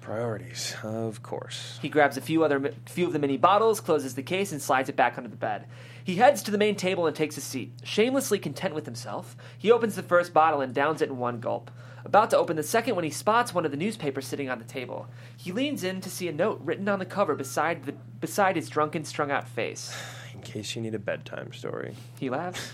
[SPEAKER 4] Priorities, of course.
[SPEAKER 1] He grabs a few other few of the mini bottles, closes the case, and slides it back under the bed. He heads to the main table and takes a seat. Shamelessly content with himself, he opens the first bottle and downs it in one gulp. About to open the second when he spots one of the newspapers sitting on the table. He leans in to see a note written on the cover beside the beside his drunken, strung out face.
[SPEAKER 4] In case you need a bedtime story,
[SPEAKER 1] He laughs.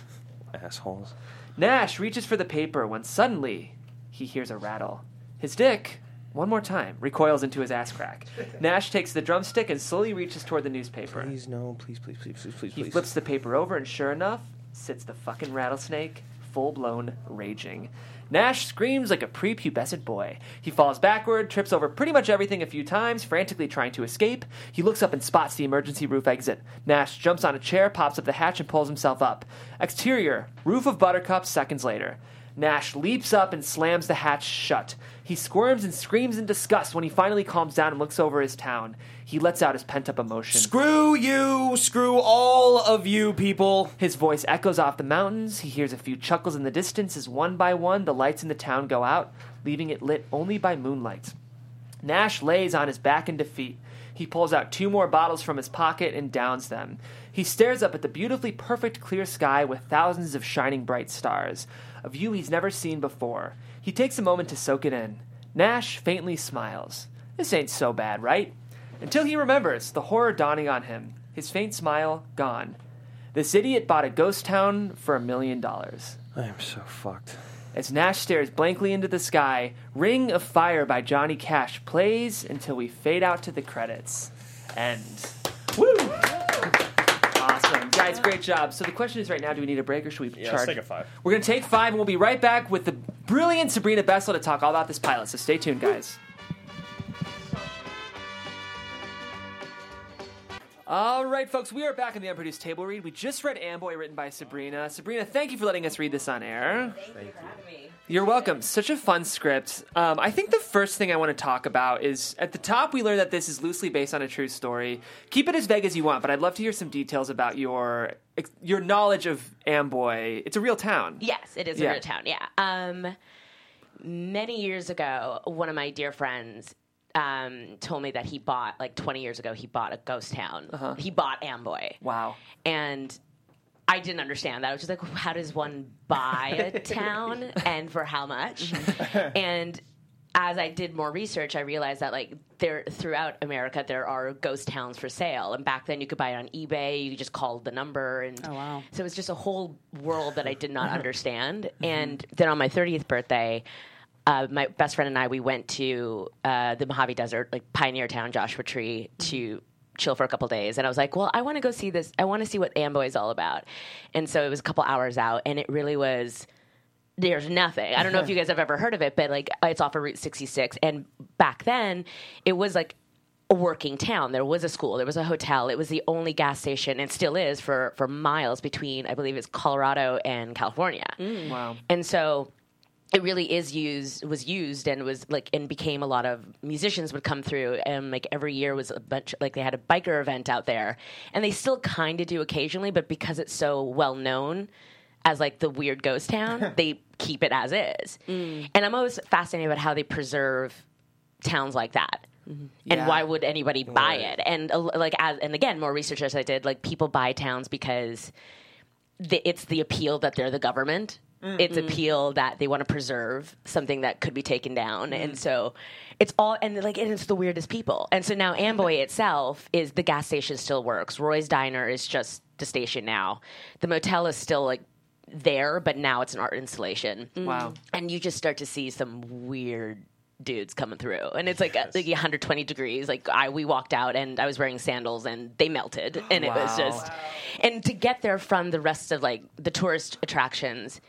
[SPEAKER 4] assholes.
[SPEAKER 1] Nash reaches for the paper when suddenly he hears a rattle. His dick, one more time, recoils into his ass crack. Nash takes the drumstick and slowly reaches toward the newspaper.
[SPEAKER 4] Please, no, please, please, please, please, please,
[SPEAKER 1] He
[SPEAKER 4] please.
[SPEAKER 1] flips the paper over, and sure enough, sits the fucking rattlesnake, full blown raging. Nash screams like a prepubescent boy. He falls backward, trips over pretty much everything a few times, frantically trying to escape. He looks up and spots the emergency roof exit. Nash jumps on a chair, pops up the hatch, and pulls himself up. Exterior, roof of Buttercup, seconds later. Nash leaps up and slams the hatch shut. He squirms and screams in disgust when he finally calms down and looks over his town. He lets out his pent up emotion.
[SPEAKER 4] Screw you! Screw all of you people!
[SPEAKER 1] His voice echoes off the mountains. He hears a few chuckles in the distance as one by one the lights in the town go out, leaving it lit only by moonlight. Nash lays on his back in defeat. He pulls out two more bottles from his pocket and downs them. He stares up at the beautifully perfect clear sky with thousands of shining bright stars, a view he's never seen before. He takes a moment to soak it in. Nash faintly smiles. This ain't so bad, right? Until he remembers the horror dawning on him, his faint smile gone. This idiot bought a ghost town for a million dollars.
[SPEAKER 4] I am so fucked.
[SPEAKER 1] As Nash stares blankly into the sky, Ring of Fire by Johnny Cash plays until we fade out to the credits. End. Woo! Awesome. Guys, great job. So the question is right now, do we need a break or should we
[SPEAKER 4] Yeah,
[SPEAKER 1] charge?
[SPEAKER 4] let's take a five.
[SPEAKER 1] We're going to take five and we'll be right back with the brilliant Sabrina Bessel to talk all about this pilot. So stay tuned, guys. All right, folks, we are back in the unproduced table read. We just read Amboy, written by Sabrina. Sabrina, thank you for letting us read this on air. You're welcome. Such a fun script. Um, I think the first thing I want to talk about is at the top, we learned that this is loosely based on a true story. Keep it as vague as you want, but I'd love to hear some details about your your knowledge of Amboy. It's a real town.
[SPEAKER 3] Yes, it is
[SPEAKER 1] Yeah.
[SPEAKER 3] a real town. Yeah. Um, many years ago, one of my dear friends um, told me that he bought like 20 years ago. He bought a ghost town.
[SPEAKER 1] Uh-huh.
[SPEAKER 3] He bought Amboy.
[SPEAKER 1] Wow.
[SPEAKER 3] and I didn't understand that. I was just like, how does one buy a town and for how much?
[SPEAKER 8] Mm-hmm.
[SPEAKER 3] and as I did more research, I realized that like there throughout America there are ghost towns for sale, and back then you could buy it on eBay. You could just called the number, and
[SPEAKER 8] Oh, wow.
[SPEAKER 3] so it was just a whole world that I did not understand.
[SPEAKER 8] Mm-hmm.
[SPEAKER 3] And then on my thirtieth birthday. Uh, my best friend and I, we went to uh, the Mojave Desert, like Pioneer Town, Joshua Tree, to chill for a couple days and i was like well i want to go see this i want to see what amboy is all about and so it was a couple hours out and it really was there's nothing i don't know if you guys have ever heard of it but like it's off of route 66 and back then it was like a working town there was a school there was a hotel it was the only gas station and still is for for miles between i believe it's colorado and california
[SPEAKER 1] Wow.
[SPEAKER 3] and so it really is used was used and was like and became a lot of musicians would come through and like every year was a bunch like they had a biker event out there and they still kind of do occasionally but because it's so well known as like the weird ghost town they keep it as is and i'm always fascinated about how they preserve towns like that and why would anybody buy it and uh, like as, and again more research as i did like people buy towns because the, it's the appeal that they're the government its appeal that they want to preserve something that could be taken down. And so it's all and like and it's the weirdest people. And so now Amboy itself is the gas station still works. Roy's diner is just the station now. The motel is still like there, but now it's an art installation.
[SPEAKER 1] Wow.
[SPEAKER 3] And you just start to see some weird dudes coming through. And it's like, uh, like 120 degrees. Like I we walked out and I was wearing sandals and they melted. And it was just and to get there from the rest of like the tourist attractions,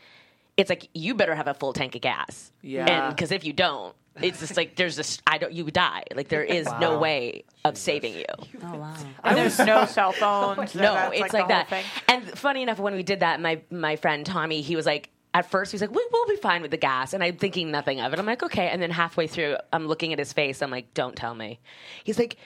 [SPEAKER 3] it's like you better have a full tank of gas.
[SPEAKER 1] Yeah.
[SPEAKER 3] And cuz if you don't, it's just like there's this I don't you would die. Like there is no way of saving you.
[SPEAKER 8] Oh wow.
[SPEAKER 7] And there's no cell phones.
[SPEAKER 3] No,
[SPEAKER 7] that's
[SPEAKER 3] it's like,
[SPEAKER 7] the whole
[SPEAKER 3] that.
[SPEAKER 7] thing.
[SPEAKER 3] And funny enough, when we did that, my my friend Tommy, he was like, at first he was like, we, "We'll be fine with the gas," and I'm thinking nothing of it. I'm like, "Okay," and then halfway through, I'm looking at his face. I'm like, "Don't tell me." He's like,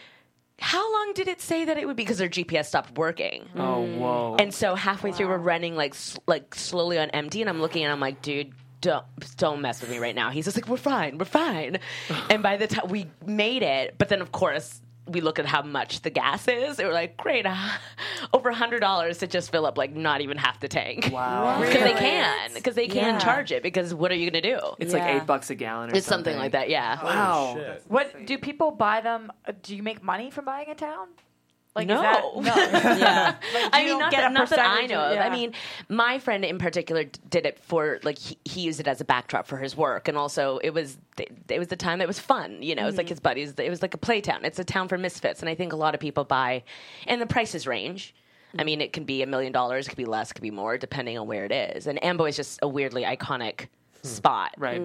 [SPEAKER 3] "How long did it say that it would be?" Because their GPS stopped working.
[SPEAKER 1] Oh, whoa.
[SPEAKER 3] Mm. And so halfway through, we're running like s- like slowly on empty, and I'm looking and I'm like, dude. Don't, don't mess with me right now. He's just like, we're fine, we're fine. and by the time we made it, but then of course we look at how much the gas is, and we're like, great, uh, over hundred dollars to just fill up like not even half the tank.
[SPEAKER 1] wow.
[SPEAKER 3] because they can, because they can
[SPEAKER 8] Yeah.
[SPEAKER 3] charge it. Because what are you gonna do?
[SPEAKER 1] It's
[SPEAKER 8] Yeah.
[SPEAKER 1] like eight bucks a gallon or
[SPEAKER 3] It's something like that, yeah.
[SPEAKER 1] Wow.
[SPEAKER 7] What do people buy them? uh, Do you make money from buying a town? Like
[SPEAKER 3] No.
[SPEAKER 7] is that, no.
[SPEAKER 8] Yeah.
[SPEAKER 3] I
[SPEAKER 7] you
[SPEAKER 3] mean,
[SPEAKER 7] don't
[SPEAKER 3] not
[SPEAKER 7] get
[SPEAKER 3] that,
[SPEAKER 7] a
[SPEAKER 3] not that I
[SPEAKER 7] percentage
[SPEAKER 3] know
[SPEAKER 7] of-
[SPEAKER 3] of. I
[SPEAKER 7] yeah.
[SPEAKER 3] mean, my friend in particular d- did it for like he, he used it as a backdrop for his work, and also it was th- it was the time that was fun. You know, it's
[SPEAKER 7] Mm-hmm.
[SPEAKER 3] like his buddies. It was like a playtown. It's a town for misfits, and I think a lot of people buy, and the prices range.
[SPEAKER 7] Mm-hmm.
[SPEAKER 3] I mean, it can be a million dollars, it could be less, it could be more, depending on where it is. And Amboy is just a weirdly iconic
[SPEAKER 7] Hmm.
[SPEAKER 3] spot, Mm.
[SPEAKER 1] Right.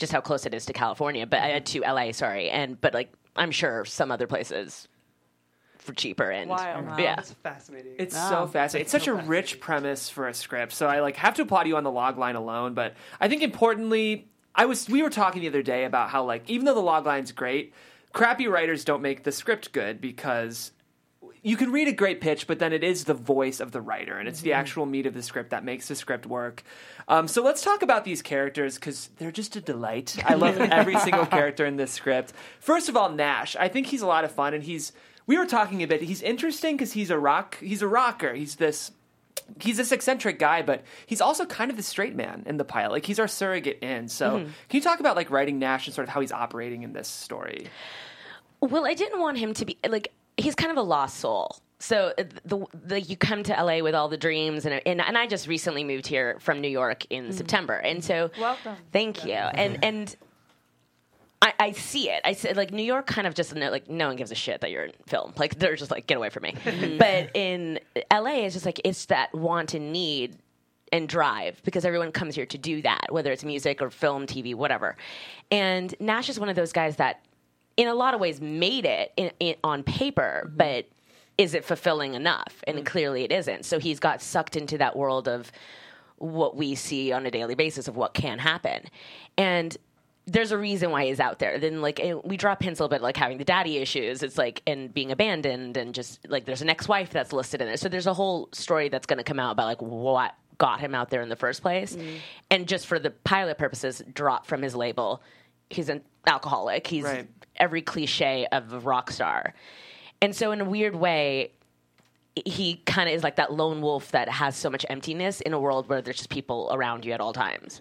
[SPEAKER 3] Just how close it is to California, but uh, to LA, sorry, and but like I'm sure some other places for cheaper and
[SPEAKER 7] Wild.
[SPEAKER 3] yeah.
[SPEAKER 6] That's fascinating.
[SPEAKER 1] It's Oh, so fascinating. It's such a rich premise for a script. So I like have to applaud you on the log line alone, but I think importantly, I was we were talking the other day about how like even though the log line's great, crappy writers don't make the script good because you can read a great pitch, but then it is the voice of the writer, and it's the actual meat of the script that makes the script work. Um, so let's talk about these characters because they're just a delight. I love every single character in this script. First of all, Nash. I think he's a lot of fun, and he's. We were talking a bit. He's interesting because he's a rock. He's a rocker. He's this he's this eccentric guy, but he's also kind of the straight man in the pilot. Like he's our surrogate in. So can you talk about like writing Nash and sort of how he's operating in this story?
[SPEAKER 3] Well, I didn't want him to be like he's kind of a lost soul. So uh, the, the you come to LA with all the dreams and and, and I just recently moved here from New York in September. And so
[SPEAKER 7] Welcome.
[SPEAKER 3] Thank you. And and I, I see it. I said like New York kind of just no, like no one gives a shit that you're in film. Like they're just like get away from me. but in LA, it's just like it's that want and need and drive because everyone comes here to do that, whether it's music or film, TV, whatever. And Nash is one of those guys that, in a lot of ways, made it in, in, on paper, but is it fulfilling enough? And clearly, it isn't. So he's got sucked into that world of what we see on a daily basis of what can happen. And there's a reason why he's out there. Then like and we draw pencil, but like having the daddy issues, it's like and being abandoned and just like there's an ex-wife that's listed in there. So there's a whole story that's going to come out about like what got him out there in the first place. And just for the pilot purposes, drop from his label. He's an alcoholic. He's
[SPEAKER 1] Right.
[SPEAKER 3] every cliche of a rock star. And so in a weird way, he kind of is like that lone wolf that has so much emptiness in a world where there's just people around you at all times.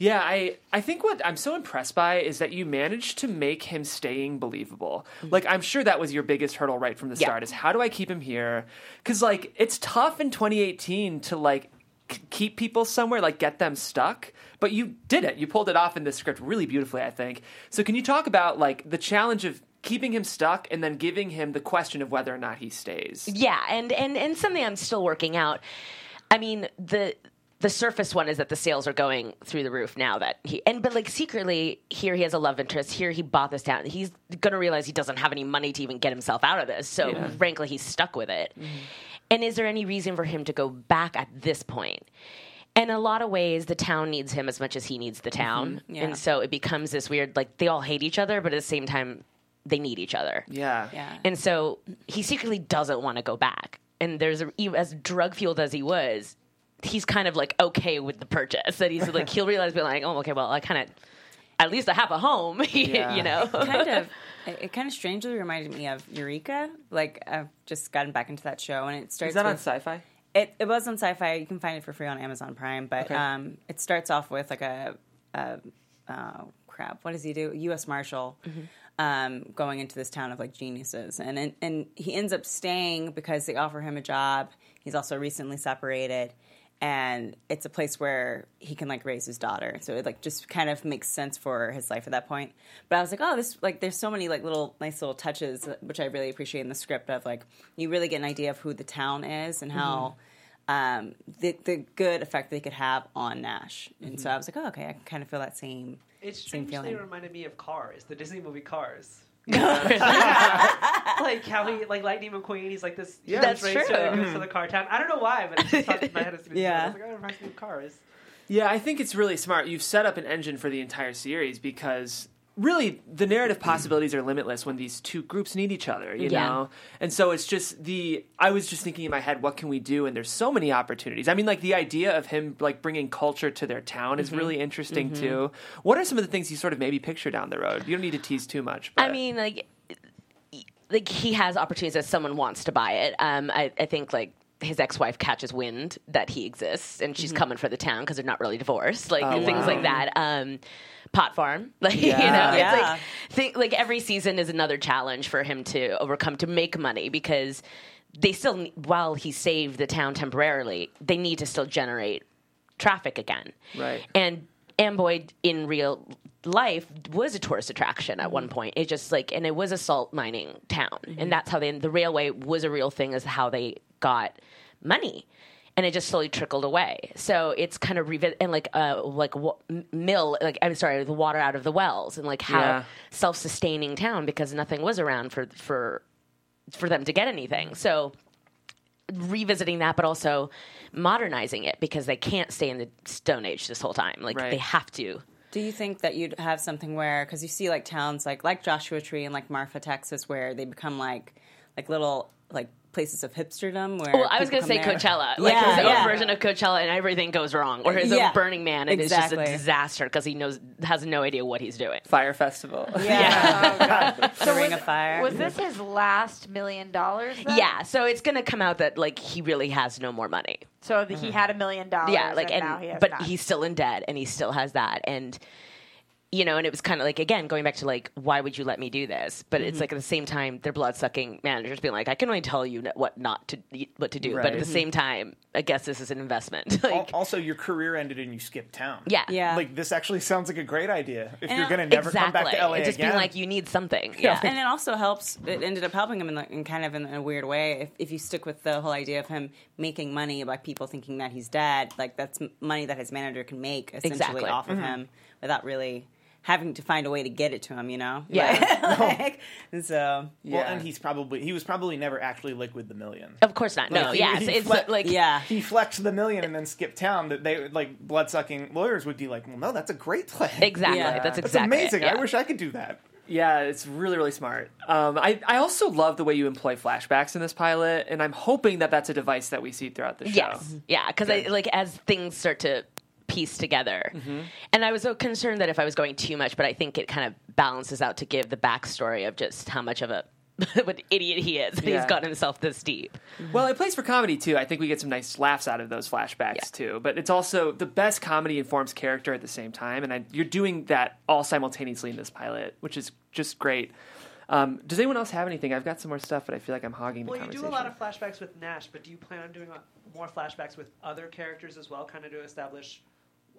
[SPEAKER 1] Yeah, I I think what I'm so impressed by is that you managed to make him staying believable. Like I'm sure that was your biggest hurdle right from the
[SPEAKER 3] Yeah.
[SPEAKER 1] start is how do I keep him here? Cuz like it's tough in 2018 to like k- keep people somewhere like get them stuck, but you did it. You pulled it off in this script really beautifully, I think. So can you talk about like the challenge of keeping him stuck and then giving him the question of whether or not he stays?
[SPEAKER 3] Yeah, and and and something I'm still working out. I mean the the surface one is that the sales are going through the roof now that he and but like secretly here he has a love interest here he bought this down he's gonna realize he doesn't have any money to even get himself out of this so frankly he's stuck with it and is there any reason for him to go back at this point in a lot of ways the town needs him as much as he needs the town
[SPEAKER 8] Yeah.
[SPEAKER 3] and so it becomes this weird like they all hate each other but at the same time they need each other
[SPEAKER 1] Yeah.
[SPEAKER 8] Yeah.
[SPEAKER 3] and so he secretly doesn't want to go back. And there's a, e- as drug fueled as he was, he's kind of like okay with the purchase. That he's like he'll realize, be like, oh, okay, well, I kind of at least I have a home, you know.
[SPEAKER 8] kind of it, it kind of strangely reminded me of Eureka. Like I've just gotten back into that show and it starts
[SPEAKER 1] Is that on
[SPEAKER 8] with-
[SPEAKER 1] sci-fi?
[SPEAKER 8] It it was on sci-fi. You can find it for free on Amazon Prime, but um, it starts off with like a, a uh, crap. What does he do? U.S. Marshal. Um, going into this town of like geniuses, and, and and he ends up staying because they offer him a job. He's also recently separated, and it's a place where he can like raise his daughter. So it like just kind of makes sense for his life at that point. But I was like, oh, this like there's so many like little nice little touches uh, which I really appreciate in the script of like you really get an idea of who the town is and how um, the the good effect they could have on Nash. And so I was like, oh, okay, I can kind of feel that same
[SPEAKER 6] It
[SPEAKER 8] same
[SPEAKER 6] strangely
[SPEAKER 8] feeling.
[SPEAKER 6] reminded me of Cars, the Disney movie Cars. like how he like Lightning McQueen, he's like this. Yeah,
[SPEAKER 3] That's true.
[SPEAKER 6] Goes to the car town. I don't know why, but it just popped in my head as soon as
[SPEAKER 8] Yeah.
[SPEAKER 6] I was like, oh, it reminds me of Cars.
[SPEAKER 1] Yeah, I think it's really smart. You've set up an engine for the entire series because really the narrative possibilities are limitless when these two groups need each other, you
[SPEAKER 3] Yeah.
[SPEAKER 1] know? And so it's just the I was just thinking in my head what can we do and there's so many opportunities. I mean like the idea of him like bringing culture to their town
[SPEAKER 3] Mm-hmm.
[SPEAKER 1] is really interesting too. What are some of the things you sort of maybe picture down the road? You don't need to tease too much, but
[SPEAKER 3] I mean, like, like he has opportunities that someone wants to buy it. Um, I, I think like his ex-wife catches wind that he exists, and she's coming for the town because they're not really divorced, like things like that. Um, pot farm, like you know, it's
[SPEAKER 8] Yeah.
[SPEAKER 3] like think like every season is another challenge for him to overcome to make money because they still ne- while he saved the town temporarily, they need to still generate traffic again.
[SPEAKER 1] Right.
[SPEAKER 3] And Amboy in real life was a tourist attraction at
[SPEAKER 1] Mm-hmm.
[SPEAKER 3] one point. It just like and it was a salt mining town. And that's how they the railway was a real thing is how they got money. And it just slowly trickled away. So it's kind of revi- and like uh like w- mill like I'm sorry the water out of the wells and like how
[SPEAKER 1] Yeah.
[SPEAKER 3] self-sustaining town because nothing was around for for for them to get anything. So revisiting that, but also modernizing it because they can't stay in the Stone Age this whole time. Like
[SPEAKER 1] Right.
[SPEAKER 3] they have to.
[SPEAKER 8] Do you think that you'd have something where because you see like towns like like Joshua Tree and like Marfa, Texas, where they become like like little like places of hipsterdom? Where
[SPEAKER 3] Well, I was
[SPEAKER 8] people
[SPEAKER 3] gonna say
[SPEAKER 8] come there.
[SPEAKER 3] Coachella, like
[SPEAKER 8] Yeah,
[SPEAKER 3] his
[SPEAKER 8] yeah.
[SPEAKER 3] own version of Coachella, and everything goes wrong, or his
[SPEAKER 8] Yeah.
[SPEAKER 3] own Burning Man, and it's
[SPEAKER 8] Exactly.
[SPEAKER 3] just a disaster because he knows has no idea what he's doing.
[SPEAKER 1] Fire Festival.
[SPEAKER 8] Yeah,
[SPEAKER 7] Oh, So
[SPEAKER 8] the Ring
[SPEAKER 7] was-
[SPEAKER 8] of Fire.
[SPEAKER 7] Was this his last million dollars? then?
[SPEAKER 3] Yeah, so it's gonna come out that like he really has no more money.
[SPEAKER 7] So th- he had a million dollars.
[SPEAKER 3] yeah like
[SPEAKER 7] Mm-hmm. and,
[SPEAKER 3] and,
[SPEAKER 7] now he has
[SPEAKER 3] but
[SPEAKER 7] none.
[SPEAKER 3] he's still in debt and he still has that and you know and it was kind of like again going back to like why would you let me do this but
[SPEAKER 5] Mm-hmm.
[SPEAKER 3] it's like at the same time their blood sucking managers being like i can only tell you n- what not to what to do but
[SPEAKER 1] Right.
[SPEAKER 3] at the same time i guess this is an investment
[SPEAKER 5] Al-
[SPEAKER 3] like
[SPEAKER 5] also, your career ended and you skipped town.
[SPEAKER 3] yeah
[SPEAKER 8] Yeah.
[SPEAKER 5] Like this actually sounds like a great idea. If you're
[SPEAKER 8] And-
[SPEAKER 5] gonna never come back
[SPEAKER 3] exactly
[SPEAKER 5] to LA
[SPEAKER 3] and just
[SPEAKER 5] again,
[SPEAKER 3] being like you need something yeah,
[SPEAKER 8] and it also helps. It ended up helping him in, the, in kind of in a weird way. If, if you stick with the whole idea of him making money by people thinking that he's dead, like that's m- money that his manager can make essentially
[SPEAKER 3] Exactly.
[SPEAKER 8] off of him without really having to find a way to get it to him. You know?
[SPEAKER 3] Yeah.
[SPEAKER 8] Like, and so
[SPEAKER 5] well, and he's probably he was probably never actually liquid the million.
[SPEAKER 3] of course not no
[SPEAKER 5] Like, he-
[SPEAKER 3] yeah
[SPEAKER 5] he
[SPEAKER 3] it's, it's
[SPEAKER 5] fle-
[SPEAKER 3] like
[SPEAKER 8] yeah.
[SPEAKER 5] He flexed the million and then skipped town. That they like blood sucking lawyers would be like, well, no, that's a great plan.
[SPEAKER 3] exactly
[SPEAKER 8] Yeah.
[SPEAKER 3] that's
[SPEAKER 5] That's
[SPEAKER 3] exactly it,
[SPEAKER 5] amazing.
[SPEAKER 3] yeah.
[SPEAKER 5] I wish I could do that.
[SPEAKER 1] Yeah, it's really, really smart. Um, I, I also love the way you employ flashbacks in this pilot, and I'm hoping that that's a device that we see throughout the show.
[SPEAKER 3] Yes, yeah, because I like as things start to piece together, and I was so concerned that if I was going too much, but I think it kind of balances out to give the backstory of just how much of a what idiot he is. that He's
[SPEAKER 1] Yeah.
[SPEAKER 3] gotten himself this deep.
[SPEAKER 1] Well, it plays for comedy too. I think we get some nice laughs out of those flashbacks too. But it's also the best comedy informs character at the same time, and I, you're doing that all simultaneously in this pilot, which is just great. Um, does anyone else have anything? I've got some more stuff, but I feel like I'm hogging the
[SPEAKER 6] Well, you
[SPEAKER 1] conversation.
[SPEAKER 6] do a lot of flashbacks with Nash, but do you plan on doing uh, more flashbacks with other characters as well, kind of to establish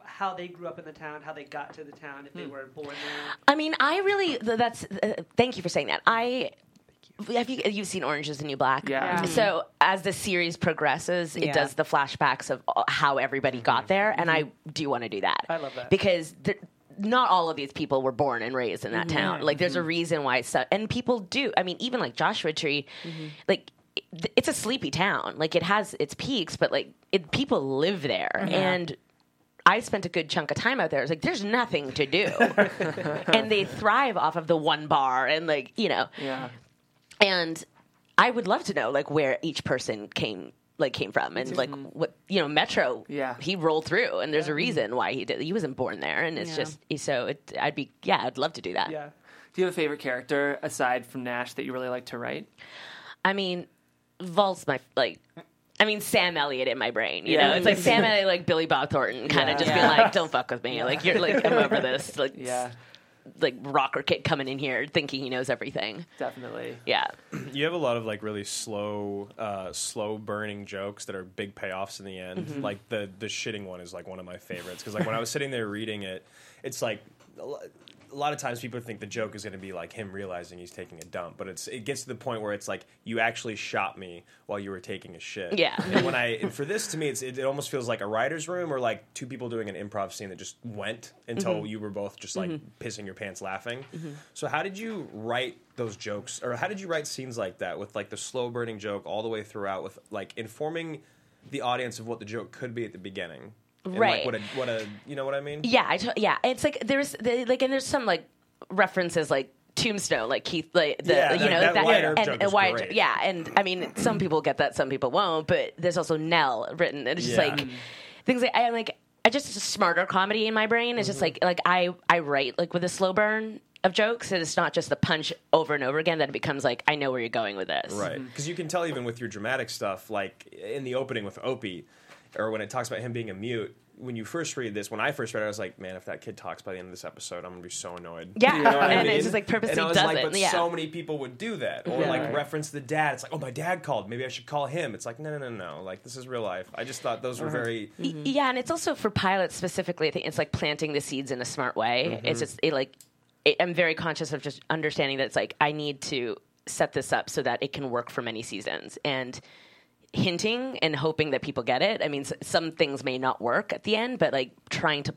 [SPEAKER 6] how they grew up in the town, how they got to the town, if they were born there?
[SPEAKER 3] I mean, I really th- that's. Uh, thank you for saying that. I have you you've seen Orange Is the New Black. Mm-hmm.
[SPEAKER 1] Yeah. Yeah.
[SPEAKER 3] So as the series progresses,
[SPEAKER 8] Yeah.
[SPEAKER 3] it does the flashbacks of all- how everybody got there, and I do want to do that. I
[SPEAKER 6] love that.
[SPEAKER 3] because. The, not all of these people were born and raised in that
[SPEAKER 6] Mm-hmm.
[SPEAKER 3] town. Like, there's a reason why. So, and people do. I mean, even like Joshua Tree,
[SPEAKER 6] Mm-hmm.
[SPEAKER 3] like it- it's a sleepy town. Like, it has its peaks, but like it, people live there.
[SPEAKER 6] Mm-hmm.
[SPEAKER 3] And I spent a good chunk of time out there. I was like, there's nothing to do. and they thrive off of the one bar and like, you know.
[SPEAKER 1] yeah.
[SPEAKER 3] And I would love to know like where each person came like came from and like what you know, Metro
[SPEAKER 1] Mm-hmm. Yeah.
[SPEAKER 3] he rolled through and there's a reason why he did he wasn't born there and it's
[SPEAKER 8] Yeah.
[SPEAKER 3] just so it I'd be yeah, I'd love to do that.
[SPEAKER 6] Yeah.
[SPEAKER 1] Do you have a favorite character aside from Nash that you really like to write?
[SPEAKER 3] I mean, Vol's my like I mean Sam Elliott in my brain. You
[SPEAKER 1] Yeah.
[SPEAKER 3] know, it's like Sam Elliott, like Billy Bob Thornton, kind of just being like, "Don't fuck with me." Like you're like, I'm over this. Like,
[SPEAKER 1] Yeah,
[SPEAKER 3] like rocker kid coming in here thinking he knows everything.
[SPEAKER 1] definitely.
[SPEAKER 3] Yeah,
[SPEAKER 4] You have a lot of like really slow, uh, slow burning jokes that are big payoffs in the end. Like the the shitting one is like one of my favorites because like when I was sitting there reading it, it's like a lo- a lot of times people think the joke is going to be like him realizing he's taking a dump, but it's it gets to the point where it's like you actually shot me while you were taking a shit.
[SPEAKER 3] Yeah.
[SPEAKER 4] And when I and for this to me, it's, it, it almost feels like a writer's room or like two people doing an improv scene that just went until you were both just like pissing your pants laughing. So how did you write those jokes or how did you write scenes like that with like the slow burning joke all the way throughout with like informing the audience of what the joke could be at the beginning? And,
[SPEAKER 3] Right.
[SPEAKER 4] Like what a what a you know what I mean?
[SPEAKER 3] yeah, I t- yeah. It's like there's the, like, and there's some like references like Tombstone, like Keith, like the
[SPEAKER 4] Yeah,
[SPEAKER 3] you
[SPEAKER 4] that-
[SPEAKER 3] know
[SPEAKER 4] that wider
[SPEAKER 3] and,
[SPEAKER 4] joke
[SPEAKER 3] and
[SPEAKER 4] is
[SPEAKER 3] wider-
[SPEAKER 4] great.
[SPEAKER 3] yeah. And I mean, some people get that, some people won't. But there's also Nell written, and it's just
[SPEAKER 4] Yeah.
[SPEAKER 3] like things like I like. I just it's just smarter comedy in my brain. It's just like
[SPEAKER 4] Mm-hmm.
[SPEAKER 3] like I I write like with a slow burn of jokes, and it's not just the punch over and over again. That it becomes like I know where you're going with this.
[SPEAKER 4] Right. Because Mm-hmm. you can tell even with your dramatic stuff, like in the opening with Opie, or when it talks about him being a mute. When you first read this, when I first read it, I was like, "Man, if that kid talks by the end of this episode, I'm gonna be so annoyed."
[SPEAKER 3] Yeah.
[SPEAKER 4] You know what I
[SPEAKER 3] And it's
[SPEAKER 4] mean?
[SPEAKER 3] just like purposely
[SPEAKER 4] And I was
[SPEAKER 3] does
[SPEAKER 4] like,
[SPEAKER 3] it.
[SPEAKER 4] "But
[SPEAKER 3] Yeah.
[SPEAKER 4] so many people would do that, or like reference the dad. It's like, oh, my dad called. Maybe I should call him. It's like, no, no, no, no. Like this is real life. I just thought those were very
[SPEAKER 3] Uh-huh. Y- Yeah, and it's also for pilots specifically. I think it's like planting the seeds in a smart way. It's just it like it, I'm very conscious of just understanding that it's like I need to set this up so that it can work for many seasons and hinting and hoping that people get it. I mean, s- some things may not work at the end, but like trying to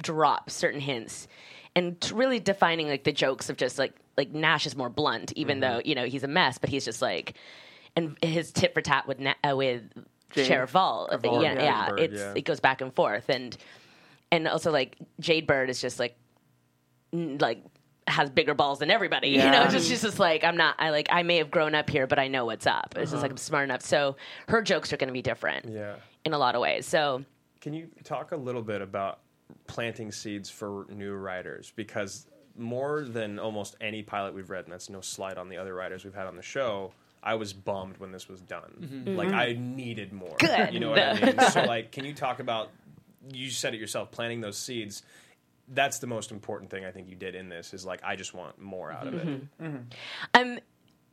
[SPEAKER 3] drop certain hints and t- really defining like the jokes of just like like Nash is more blunt, even though you know he's a mess, but he's just like and his tit for tat with Na- uh, with
[SPEAKER 1] Jade.
[SPEAKER 3] Sheriff Vol,
[SPEAKER 4] Vol,
[SPEAKER 3] yeah,
[SPEAKER 4] yeah.
[SPEAKER 3] yeah,
[SPEAKER 4] Bird,
[SPEAKER 3] it's
[SPEAKER 4] yeah.
[SPEAKER 3] it goes back and forth and and also like Jade Bird is just like n- like has bigger balls than everybody. You know, it's just she's just like I'm not. I like I may have grown up here, but I know what's up. It's just like I'm smart enough. So her jokes are going to be different.
[SPEAKER 4] Uh-huh. Yeah.
[SPEAKER 3] in a lot of ways. So
[SPEAKER 4] Can you talk a little bit about planting seeds for new writers? Because more than almost any pilot we've read, and that's no slight on the other writers we've had on the show, I was bummed when this was done. Like I needed more.
[SPEAKER 3] Good.
[SPEAKER 4] You know what I mean? so like can you talk about you said it yourself, planting those seeds. That's the most important thing I think you did in this is like I just want more out of it.
[SPEAKER 3] um,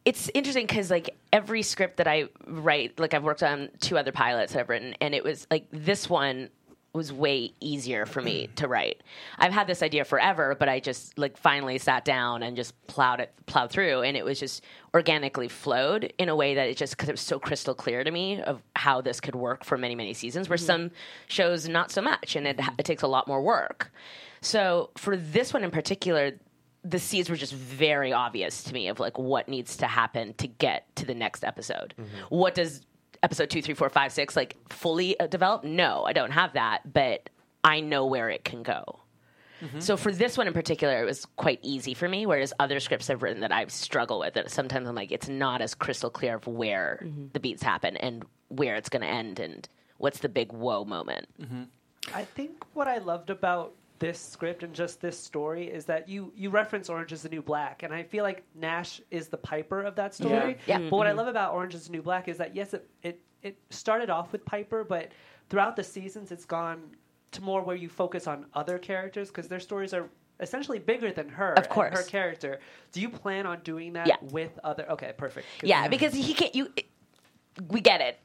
[SPEAKER 3] it's interesting because like every script that I write, like I've worked on two other pilots I've written, and it was like this one was way easier for me to write. I've had this idea forever, but I just like finally sat down and just plowed it, plowed through, and it was just organically flowed in a way that it just because it was so crystal clear to me of how this could work for many many seasons. Where some shows not so much, and it, it takes a lot more work. So for this one in particular, the seeds were just very obvious to me of like what needs to happen to get to the next episode. What does episode two, three, four, five, six like fully uh, develop? No, I don't have that, but I know where it can go. So for this one in particular, it was quite easy for me. Whereas other scripts I've written that I struggle with, that sometimes I'm like, it's not as crystal clear of where the beats happen and where it's going to end and what's the big whoa moment.
[SPEAKER 6] I think what I loved about this script and just this story is that you you reference Orange is the New Black, and I feel like Nash is the Piper of that story.
[SPEAKER 3] Yeah.
[SPEAKER 6] But what I love about Orange is the New Black is that yes, it, it it started off with Piper, but throughout the seasons, it's gone to more where you focus on other characters because their stories are essentially bigger than her.
[SPEAKER 3] Of
[SPEAKER 6] and
[SPEAKER 3] course.
[SPEAKER 6] her character. Do you plan on doing that
[SPEAKER 3] Yeah.
[SPEAKER 6] with other? Okay, perfect. 'Cause
[SPEAKER 3] Yeah, because he can't. You, we get it.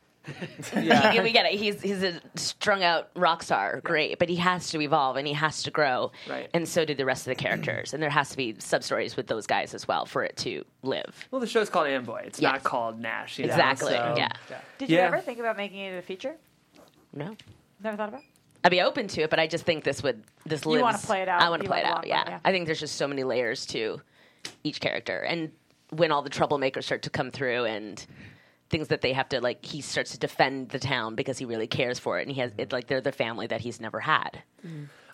[SPEAKER 3] He- we get it. He's he's a strung out rock star, great, but he has to evolve and he has to grow,
[SPEAKER 1] Right.
[SPEAKER 3] and so do the rest of the characters. and there has to be sub stories with those guys as well for it to live.
[SPEAKER 1] Well, the show's called Amboy. It's
[SPEAKER 3] Yes.
[SPEAKER 1] not called Nash. you know,
[SPEAKER 3] Exactly.
[SPEAKER 1] so-
[SPEAKER 3] Yeah.
[SPEAKER 7] Did you
[SPEAKER 1] Yeah.
[SPEAKER 7] ever think about making it a feature?
[SPEAKER 3] No,
[SPEAKER 7] Never thought about. it?
[SPEAKER 3] I'd be open to it, but I just think this would this lives.
[SPEAKER 7] wanna play it out.
[SPEAKER 3] I want to
[SPEAKER 7] You
[SPEAKER 3] play it
[SPEAKER 7] wanna
[SPEAKER 3] out.
[SPEAKER 7] walk
[SPEAKER 3] Yeah.
[SPEAKER 7] it, yeah.
[SPEAKER 3] I think there's just so many layers to each character, and when all the troublemakers start to come through and. Things that they have to like, he starts to defend the town because he really cares for it, and he has it like they're the family that he's never had.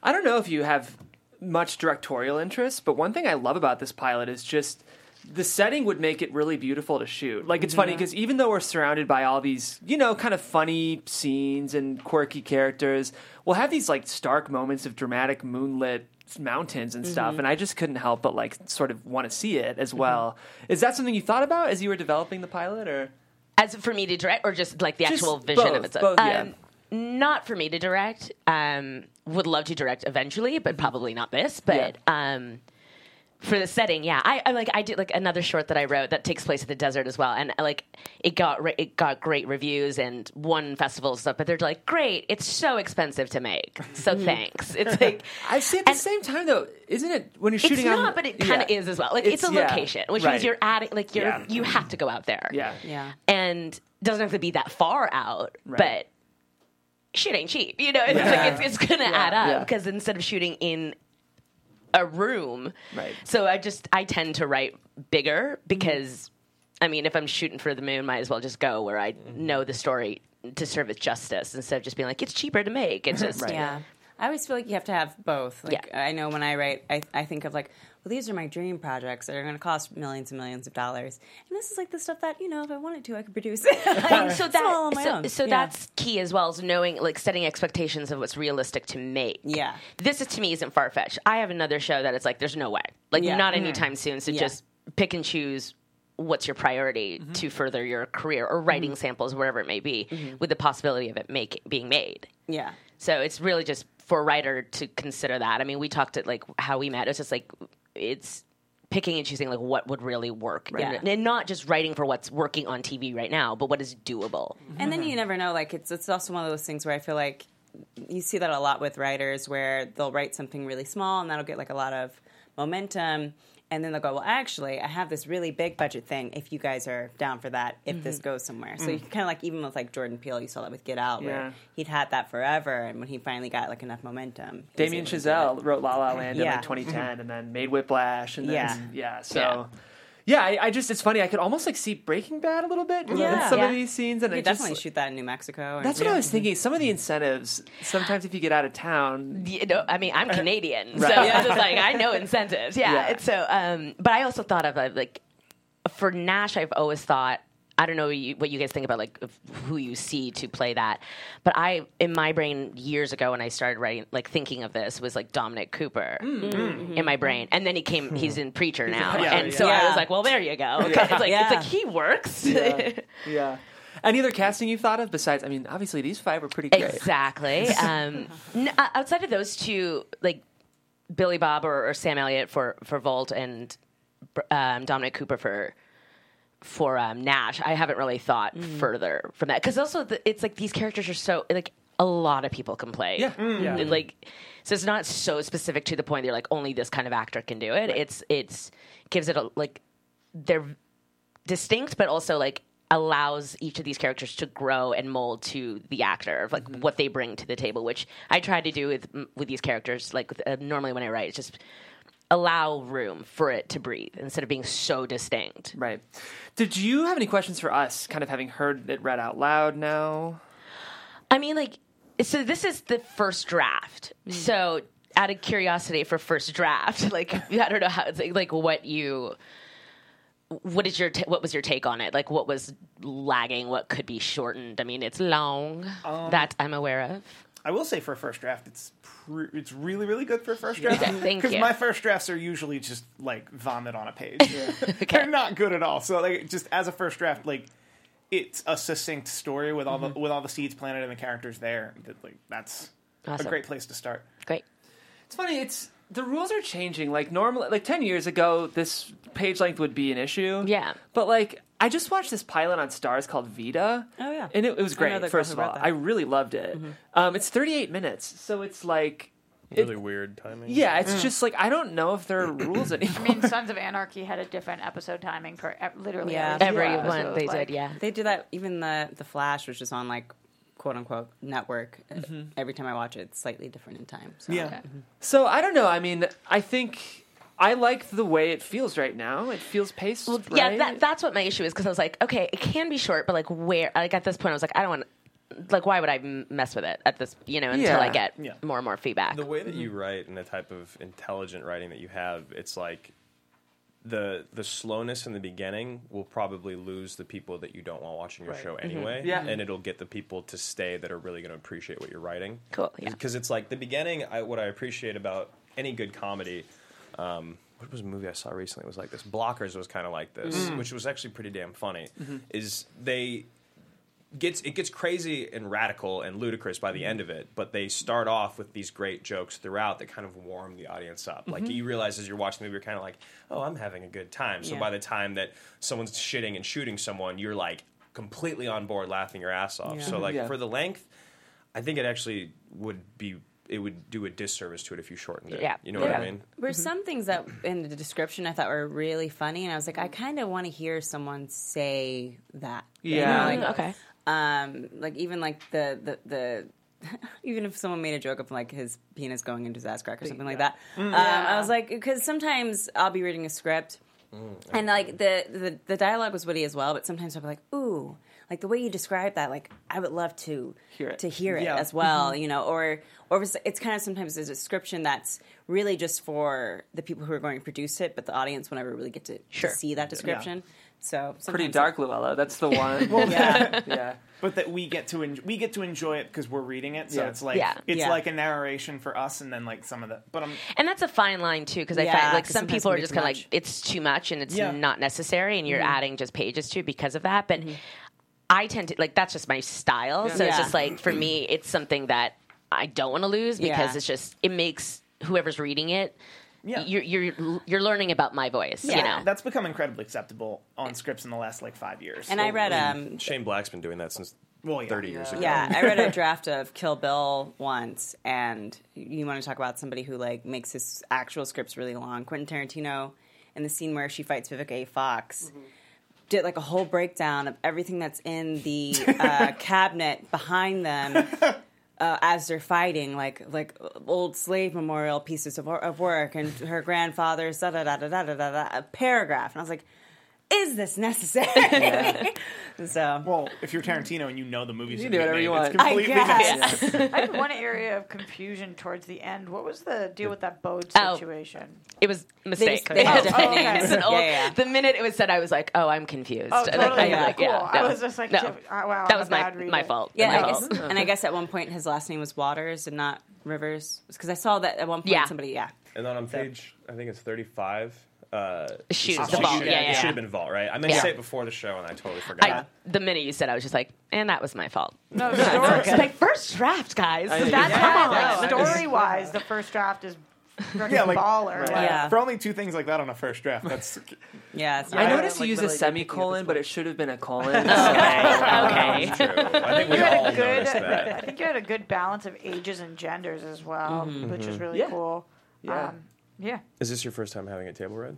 [SPEAKER 1] I don't know if you have much directorial interest, but one thing I love about this pilot is just the setting would make it really beautiful to shoot. Like it's funny because even though we're surrounded by all these, you know, kind of funny scenes and quirky characters, we'll have these like stark moments of dramatic moonlit mountains and stuff and I just couldn't help but Mm-hmm. like sort of want to see it as well. Is that something you thought about as you were developing the pilot or
[SPEAKER 3] As for me to direct, or just like the
[SPEAKER 1] Just
[SPEAKER 3] actual vision
[SPEAKER 1] both,
[SPEAKER 3] of its own?
[SPEAKER 1] both, yeah.
[SPEAKER 3] um, Not for me to direct. Um, would love to direct eventually, but probably not this. But um, for the setting, yeah, I, I like I did like another short that I wrote that takes place in the desert as well, and uh, like it got re- it got great reviews and won festivals and stuff. But they're like, great, it's so expensive to make, so thanks. It's like
[SPEAKER 1] Mm-hmm. I say at the
[SPEAKER 3] and-
[SPEAKER 1] same time though, isn't it when you're shooting?
[SPEAKER 3] it's
[SPEAKER 1] on,
[SPEAKER 3] not, but it kind of
[SPEAKER 1] yeah.
[SPEAKER 3] is as well. Like it's, a
[SPEAKER 1] yeah,
[SPEAKER 3] location, which
[SPEAKER 1] right.
[SPEAKER 3] means you're adding, like you're
[SPEAKER 1] Yeah.
[SPEAKER 3] you have to go out there.
[SPEAKER 1] Yeah.
[SPEAKER 8] Yeah.
[SPEAKER 3] and doesn't have to be that far out,
[SPEAKER 1] Right.
[SPEAKER 3] but shit ain't cheap. You know, it's
[SPEAKER 1] Yeah.
[SPEAKER 3] like it's, it's gonna add up
[SPEAKER 1] Yeah.
[SPEAKER 3] because instead of shooting in a room,
[SPEAKER 1] Right. Mm-hmm.
[SPEAKER 3] So I just I tend to write bigger because I mean, if I'm shooting for the moon, might as well just go where I
[SPEAKER 1] Mm-hmm.
[SPEAKER 3] know the story to serve its justice instead of just being like it's cheaper to make. It's just
[SPEAKER 8] Yeah. I always feel like you have to have both. Like
[SPEAKER 3] Yeah.
[SPEAKER 8] I know when I write, I, I think of like, well, these are my dream projects that are going to cost millions and millions of dollars, and this is like the stuff that you know, if I wanted to, I could produce.
[SPEAKER 3] And
[SPEAKER 8] It's
[SPEAKER 3] so
[SPEAKER 8] all
[SPEAKER 3] that
[SPEAKER 8] on my
[SPEAKER 3] so,
[SPEAKER 8] own.
[SPEAKER 3] so
[SPEAKER 8] Yeah.
[SPEAKER 3] that's key as well as knowing like setting expectations of what's realistic to make.
[SPEAKER 8] Yeah.
[SPEAKER 3] This is to me isn't far fetched. I have another show that it's like there's no way. Like
[SPEAKER 8] Yeah. Mm-hmm.
[SPEAKER 3] not anytime soon. So
[SPEAKER 8] Yeah. Mm-hmm.
[SPEAKER 3] just pick and choose what's your priority to further your career or writing samples wherever it may be
[SPEAKER 8] Mm-hmm.
[SPEAKER 3] with the possibility of it make being made.
[SPEAKER 8] yeah.
[SPEAKER 3] So it's really just for a writer to consider that. I mean, we talked at like how we met. It's just like it's picking and choosing like what would really work, and, and not just writing for what's working on TV right now, but what is doable.
[SPEAKER 8] And then you never know. Like it's it's also one of those things where I feel like you see that a lot with writers where they'll write something really small and that'll get like a lot of momentum. And then they'll go, well, actually, I have this really big budget thing. If you guys are down for that, if
[SPEAKER 1] Mm-hmm.
[SPEAKER 8] this goes somewhere, so you kind of like even with like Jordan Peele, you saw that with Get Out, where
[SPEAKER 1] Mm. Yeah.
[SPEAKER 8] he'd had that forever, and when he finally got like enough momentum, he was
[SPEAKER 1] Damien
[SPEAKER 8] able to do
[SPEAKER 1] Chazelle wrote La La Land in
[SPEAKER 8] Yeah. Mm-hmm.
[SPEAKER 1] like 2010, and then made Whiplash, and then yeah, so.
[SPEAKER 3] Yeah.
[SPEAKER 1] Yeah, I, I just—it's funny. I could almost like see Breaking Bad a little bit in
[SPEAKER 8] Yeah.
[SPEAKER 1] some of
[SPEAKER 3] Yeah.
[SPEAKER 1] these scenes, and
[SPEAKER 8] it. You
[SPEAKER 1] I
[SPEAKER 8] could definitely
[SPEAKER 1] just,
[SPEAKER 8] shoot that in New Mexico. and-
[SPEAKER 1] That's what I was thinking. Some of the incentives, sometimes if you get out of town,
[SPEAKER 3] you know, I mean, I'm Canadian,
[SPEAKER 1] Right.
[SPEAKER 3] so it's just like I know incentives. Yeah.
[SPEAKER 1] Yeah.
[SPEAKER 3] It's so, um, but I also thought of uh, like for Nash, I've always thought. I don't know you, what you guys think about like of who you see to play that, but I in my brain years ago when I started writing like thinking of this was like Dominic Cooper in my brain, and then he came. He's in Preacher now,
[SPEAKER 1] Yeah.
[SPEAKER 3] and so I
[SPEAKER 8] Yeah.
[SPEAKER 3] was like, well, there you go. It's like
[SPEAKER 8] Yeah.
[SPEAKER 3] it's like he works.
[SPEAKER 1] yeah. Any other casting you've thought of besides? I mean, obviously these five were pretty great.
[SPEAKER 3] Exactly. Um, n- uh, outside of those two, like Billy Bob or, or Sam Elliott for for Volt and br- um, Dominic Cooper for for um, Nash, I haven't really thought
[SPEAKER 1] Mm.
[SPEAKER 3] further from that because also the, it's like these characters are so like a lot of people can play.
[SPEAKER 1] Yeah. Yeah.
[SPEAKER 3] And, Like so, it's not so specific to the point they're like only this kind of actor can do it. It's it's gives it a like they're distinct, but also like allows each of these characters to grow and mold to the actor of like what they bring to the table, which I try to do with with these characters. Like with, uh, normally when I write, it's just allow room for it to breathe instead of being so distinct.
[SPEAKER 1] Right. Did you have any questions for us? Kind of having heard it read out loud now.
[SPEAKER 3] I mean, like, so this is the first draft. So, out of curiosity for first draft, like, I don't know how, it's like, like what you, what is your, ta what was your take on it? Like, what was lagging? What could be shortened? I mean, it's long. that I'm aware of.
[SPEAKER 5] I will say for a first draft, it's pr- it's really really good for a first draft.
[SPEAKER 3] Yeah, thank you.
[SPEAKER 5] my first drafts are usually just like vomit on a page. They're not good at all. So like just as a first draft, like it's a succinct story with all
[SPEAKER 3] Mm-hmm.
[SPEAKER 5] the with all the seeds planted and the characters there. That, like that's
[SPEAKER 3] Awesome.
[SPEAKER 5] a great place to start.
[SPEAKER 3] Great.
[SPEAKER 1] It's funny. It's the rules are changing. Like normally, like ten years ago, this page length would be an issue.
[SPEAKER 3] Yeah.
[SPEAKER 1] But like, I just watched this pilot on Stars called Vita.
[SPEAKER 8] Oh, yeah.
[SPEAKER 1] and it, it was
[SPEAKER 8] I know the
[SPEAKER 1] great.
[SPEAKER 8] girl
[SPEAKER 1] First
[SPEAKER 8] who
[SPEAKER 1] of
[SPEAKER 8] wrote
[SPEAKER 1] all,
[SPEAKER 8] that.
[SPEAKER 1] I really loved it. Um, it's thirty-eight minutes, so it's like,
[SPEAKER 4] Really weird timing.
[SPEAKER 1] yeah, it's just like I don't know if there are rules anymore.
[SPEAKER 7] I mean, Sons of Anarchy had a different episode timing for ev- literally
[SPEAKER 8] Yeah.
[SPEAKER 7] every,
[SPEAKER 3] Everyone
[SPEAKER 7] single episode,
[SPEAKER 3] they
[SPEAKER 7] like-
[SPEAKER 3] did, yeah.
[SPEAKER 8] They do that even the the Flash, which is on like quote unquote network. uh,
[SPEAKER 1] Mm-hmm.
[SPEAKER 8] Every time I watch it, it's slightly different in time. So.
[SPEAKER 5] Yeah.
[SPEAKER 1] So I don't know. I mean, I think I like the way it feels right now. It feels paced. right?
[SPEAKER 3] Yeah, that, that's what my issue is because I was like, okay, it can be short, but like, where? Like at this point, I was like, I don't want. Like, why would I m- mess with it at this? You know, until I
[SPEAKER 1] Yeah.
[SPEAKER 3] get
[SPEAKER 5] Yeah.
[SPEAKER 3] more and more feedback.
[SPEAKER 4] The way that
[SPEAKER 3] Mm-hmm.
[SPEAKER 4] you write and the type of intelligent writing that you have, it's like the the slowness in the beginning will probably lose the people that you don't want watching your show anyway.
[SPEAKER 1] Yeah.
[SPEAKER 4] And it'll get the people to stay that are really going to appreciate what you're writing.
[SPEAKER 3] Cool, yeah.
[SPEAKER 4] Because it's like the beginning, I, what I appreciate about any good comedy, um, what was a movie I saw recently? It was like this. Blockers was kind of like this, which was actually pretty damn funny. Is they gets it gets crazy and radical and ludicrous by the end of it, but they start off with these great jokes throughout that kind of warm the audience up. Like
[SPEAKER 3] Mm-hmm.
[SPEAKER 4] you realize as you're watching the movie, you're kind of like, "Oh, I'm having a good time." So
[SPEAKER 3] Yeah.
[SPEAKER 4] by the time that someone's shitting and shooting someone, you're like completely on board, laughing your ass off.
[SPEAKER 3] Yeah.
[SPEAKER 4] So like
[SPEAKER 1] Yeah.
[SPEAKER 4] for the length, I think it actually would be it would do a disservice to it if you shortened it.
[SPEAKER 3] Yeah.
[SPEAKER 4] you know what I
[SPEAKER 3] Yeah.
[SPEAKER 4] mean.
[SPEAKER 8] There's some things that in the description I thought were really funny, and I was like, I kind of want to hear someone say that. You know,
[SPEAKER 1] Yeah.
[SPEAKER 8] like,
[SPEAKER 3] okay.
[SPEAKER 8] Um, like even like the the the. Even if someone made a joke of like his penis going into his ass crack or something like that, um, I was like, because sometimes I'll be reading a script, and like the, the the dialogue was witty as well, but sometimes I'll be like, ooh, like the way you describe that, like I would love to
[SPEAKER 1] Hear it. Mm-hmm.
[SPEAKER 8] to hear it
[SPEAKER 5] Yeah.
[SPEAKER 8] as well, you know, or or if it's, it's kind of sometimes a description that's really just for the people who are going to produce it, but the audience will never really get to, to
[SPEAKER 3] Sure.
[SPEAKER 8] see that description. So
[SPEAKER 1] Pretty
[SPEAKER 8] sometimes-
[SPEAKER 1] dark, Luella. That's the one.
[SPEAKER 8] Yeah.
[SPEAKER 1] yeah.
[SPEAKER 5] but that we get to en- we get to enjoy it because we're reading it. So
[SPEAKER 1] Yeah.
[SPEAKER 5] it's like
[SPEAKER 3] Yeah.
[SPEAKER 5] it's
[SPEAKER 8] Yeah.
[SPEAKER 5] like a narration for us, and then like some of the. But um, I'm
[SPEAKER 3] And that's a fine line too, because I
[SPEAKER 8] Yeah,
[SPEAKER 3] find like
[SPEAKER 8] 'cause
[SPEAKER 3] some
[SPEAKER 8] sometimes
[SPEAKER 3] people
[SPEAKER 8] it
[SPEAKER 3] are
[SPEAKER 8] can be
[SPEAKER 3] just
[SPEAKER 8] too
[SPEAKER 3] kind of like
[SPEAKER 8] much. Mm-hmm.
[SPEAKER 3] it's too much and it's
[SPEAKER 5] Yeah.
[SPEAKER 3] not necessary, and you're adding just pages to because of that. But I tend to like that's just my style, so it's
[SPEAKER 8] Yeah.
[SPEAKER 3] just like for me, it's something that I don't want to lose because
[SPEAKER 8] Yeah.
[SPEAKER 3] it's just it makes whoever's reading it,
[SPEAKER 5] Yeah.
[SPEAKER 3] you're you're you're learning about my voice, you know.
[SPEAKER 5] that's become incredibly acceptable on scripts in the last like five years.
[SPEAKER 8] And I read um
[SPEAKER 4] Shane Black's been doing that since
[SPEAKER 5] Well, yeah.
[SPEAKER 4] thirty years ago.
[SPEAKER 8] yeah, I read a draft of Kill Bill once, and you want to talk about somebody who like makes his actual scripts really long. Quentin Tarantino, in the scene where she fights Vivica A.
[SPEAKER 4] Mm-hmm.
[SPEAKER 8] Fox, did like a whole breakdown of everything that's in the uh, cabinet behind them. Uh, as they're fighting, like like old slave memorial pieces of, wor- of work, and her grandfather's da da da da da da da a paragraph, and I was like, "Is this necessary?" so
[SPEAKER 5] Well, if you're Tarantino and you know the movies,
[SPEAKER 1] You
[SPEAKER 5] are
[SPEAKER 1] do
[SPEAKER 5] being
[SPEAKER 1] whatever
[SPEAKER 5] made,
[SPEAKER 1] you
[SPEAKER 5] It's
[SPEAKER 1] want. I
[SPEAKER 5] completely
[SPEAKER 7] guess.
[SPEAKER 5] different.
[SPEAKER 7] I had one area of confusion towards the end. What was the deal with that boat
[SPEAKER 3] Oh.
[SPEAKER 7] situation?
[SPEAKER 3] It was a mistake.
[SPEAKER 8] they
[SPEAKER 7] had to
[SPEAKER 3] Oh, okay.
[SPEAKER 7] finish.
[SPEAKER 3] It's an old-
[SPEAKER 8] Yeah, yeah, yeah.
[SPEAKER 3] The minute it was said, I was like, "Oh, I'm confused."
[SPEAKER 7] Oh,
[SPEAKER 3] Like,
[SPEAKER 7] totally.
[SPEAKER 3] I,
[SPEAKER 7] Yeah,
[SPEAKER 3] like,
[SPEAKER 7] cool. I
[SPEAKER 3] no,
[SPEAKER 7] was just like,
[SPEAKER 3] no.
[SPEAKER 7] "Oh, wow, I'm
[SPEAKER 3] that
[SPEAKER 7] a
[SPEAKER 3] was my
[SPEAKER 7] bad reader."
[SPEAKER 3] my fault.
[SPEAKER 8] Yeah,
[SPEAKER 3] my
[SPEAKER 8] I
[SPEAKER 3] fault.
[SPEAKER 8] guess, and I guess at one point his last name was Waters and not Rivers, because I saw that at one point
[SPEAKER 3] Yeah.
[SPEAKER 8] somebody, yeah,
[SPEAKER 4] And then on page, I think it's 35. Uh,
[SPEAKER 3] Shoot,
[SPEAKER 4] it says
[SPEAKER 3] the
[SPEAKER 4] she
[SPEAKER 3] vault.
[SPEAKER 4] should-
[SPEAKER 3] Yeah, yeah,
[SPEAKER 4] It should
[SPEAKER 3] yeah.
[SPEAKER 4] have been vault, right? I meant
[SPEAKER 3] Yeah.
[SPEAKER 4] to say it before the show, and I totally forgot.
[SPEAKER 3] I, the minute you said, I was just like, "And that was my fault."
[SPEAKER 7] No, story,
[SPEAKER 3] It's like first draft, guys. That's
[SPEAKER 7] yeah,
[SPEAKER 3] how
[SPEAKER 7] like, story-wise, the first draft is freaking
[SPEAKER 5] Yeah, like-
[SPEAKER 7] baller.
[SPEAKER 5] Yeah.
[SPEAKER 8] Yeah.
[SPEAKER 5] For only two things like that on a first draft, that's
[SPEAKER 8] yeah. It's
[SPEAKER 1] I
[SPEAKER 8] not-
[SPEAKER 1] noticed
[SPEAKER 6] like,
[SPEAKER 1] you use a
[SPEAKER 6] literally picking up
[SPEAKER 1] semicolon,
[SPEAKER 6] this
[SPEAKER 1] but it should have been a colon.
[SPEAKER 3] Okay, okay.
[SPEAKER 4] True. I think we
[SPEAKER 7] You
[SPEAKER 4] all
[SPEAKER 7] had a
[SPEAKER 4] noticed
[SPEAKER 7] good.
[SPEAKER 4] that.
[SPEAKER 7] I think you had a good balance of ages and genders as well, which is really
[SPEAKER 1] Yeah.
[SPEAKER 7] cool.
[SPEAKER 1] Yeah.
[SPEAKER 7] Um, yeah.
[SPEAKER 4] Is this your first time having a table read?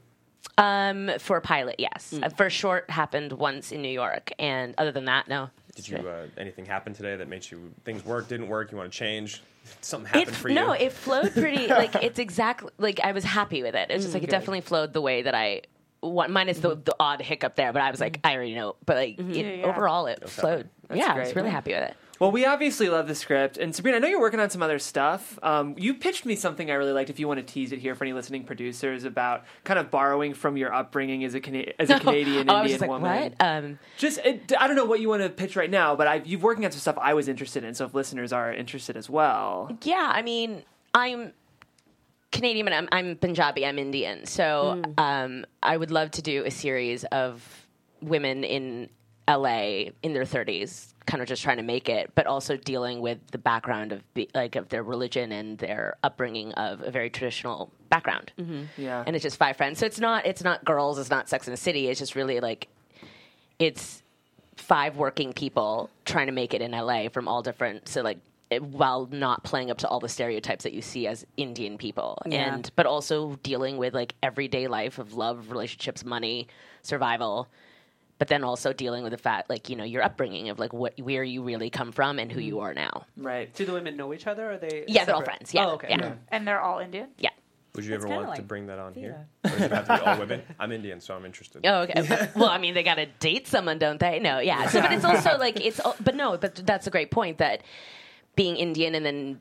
[SPEAKER 3] Um, for pilot, yes. Uh, For short, happened once in New York, and other than that, no.
[SPEAKER 4] Did you,
[SPEAKER 3] It's-
[SPEAKER 4] uh, anything happen today that made you, things work, didn't work, you want to change? Something
[SPEAKER 3] It,
[SPEAKER 4] happened for you?
[SPEAKER 3] no, it flowed pretty. Like it's exactly like I was happy with it. It's just like it definitely flowed the way that I want, minus the, the odd hiccup there. But I was like, I already know. But like it,
[SPEAKER 7] Yeah, yeah.
[SPEAKER 3] overall, it flowed. yeah, I was
[SPEAKER 1] great.
[SPEAKER 3] really happy with it.
[SPEAKER 1] Well, we obviously love the script, and Sabrina, I know you're working on some other stuff. Um, you pitched me something I really liked. If you want to tease it here for any listening producers about kind of borrowing from your upbringing as a Cana- as a Canadian
[SPEAKER 3] oh, I was
[SPEAKER 1] Indian
[SPEAKER 3] just like,
[SPEAKER 1] woman,
[SPEAKER 3] what? Um,
[SPEAKER 1] just it, I don't know what you want to pitch right now, but I, you've working on some stuff I was interested in. So if listeners are interested as well,
[SPEAKER 3] Yeah, I mean, I'm Canadian, but I'm, I'm Punjabi. I'm Indian, so um, I would love to do a series of women in LA in their 30s, kind of just trying to make it, but also dealing with the background of be, like of their religion and their upbringing of a very traditional background.
[SPEAKER 1] yeah,
[SPEAKER 3] And it's just five friends, so it's not it's not girls, it's not Sex in the City. It's just really like it's five working people trying to make it in LA from all different so like it, while not playing up to all the stereotypes that you see as Indian people
[SPEAKER 8] Yeah.
[SPEAKER 3] and but also dealing with like everyday life of love, relationships, money, survival, but then also dealing with the fact like you know your upbringing of like what where you really come from and who you
[SPEAKER 6] Mm-hmm.
[SPEAKER 3] are now.
[SPEAKER 1] right.
[SPEAKER 6] Do the women know each other? Or are they?
[SPEAKER 3] Yeah, they're all
[SPEAKER 6] separate?
[SPEAKER 3] friends. Yeah.
[SPEAKER 6] Oh, okay.
[SPEAKER 3] Yeah.
[SPEAKER 7] And they're all Indian.
[SPEAKER 3] Yeah.
[SPEAKER 4] Would you ever
[SPEAKER 8] kinda
[SPEAKER 4] want to
[SPEAKER 8] like
[SPEAKER 4] bring that on here? Or does it have to be all women? I'm Indian, so I'm interested.
[SPEAKER 3] Oh, okay. well, I mean, they got to date someone, don't they? No, yeah. So, but it's also like it's, al- but no, but that's a great point that being Indian and then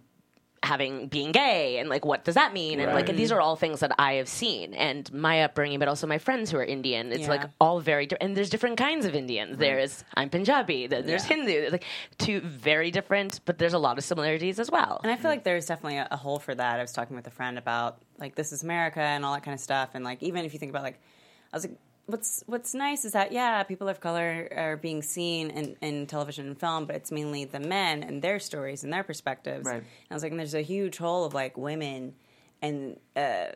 [SPEAKER 3] having being gay and like what does that mean and like
[SPEAKER 4] Right.
[SPEAKER 3] these are all things that I have seen and my upbringing, but also my friends who are Indian. It's
[SPEAKER 8] Yeah.
[SPEAKER 3] like all very different. And there's different kinds of Indians. There's I'm Punjabi. th- There's Hindu. Like two very different, but there's a lot of similarities as well.
[SPEAKER 8] And I feel like there's definitely a, a hole for that. I was talking with a friend about like this is America and all that kind of stuff. And like even if you think about like, I was like, what's what's nice is that yeah, people of color are being seen in, in television and film, but it's mainly the men and their stories and their perspectives.
[SPEAKER 6] Right.
[SPEAKER 8] And I was like, and there's a huge hole of like women and uh,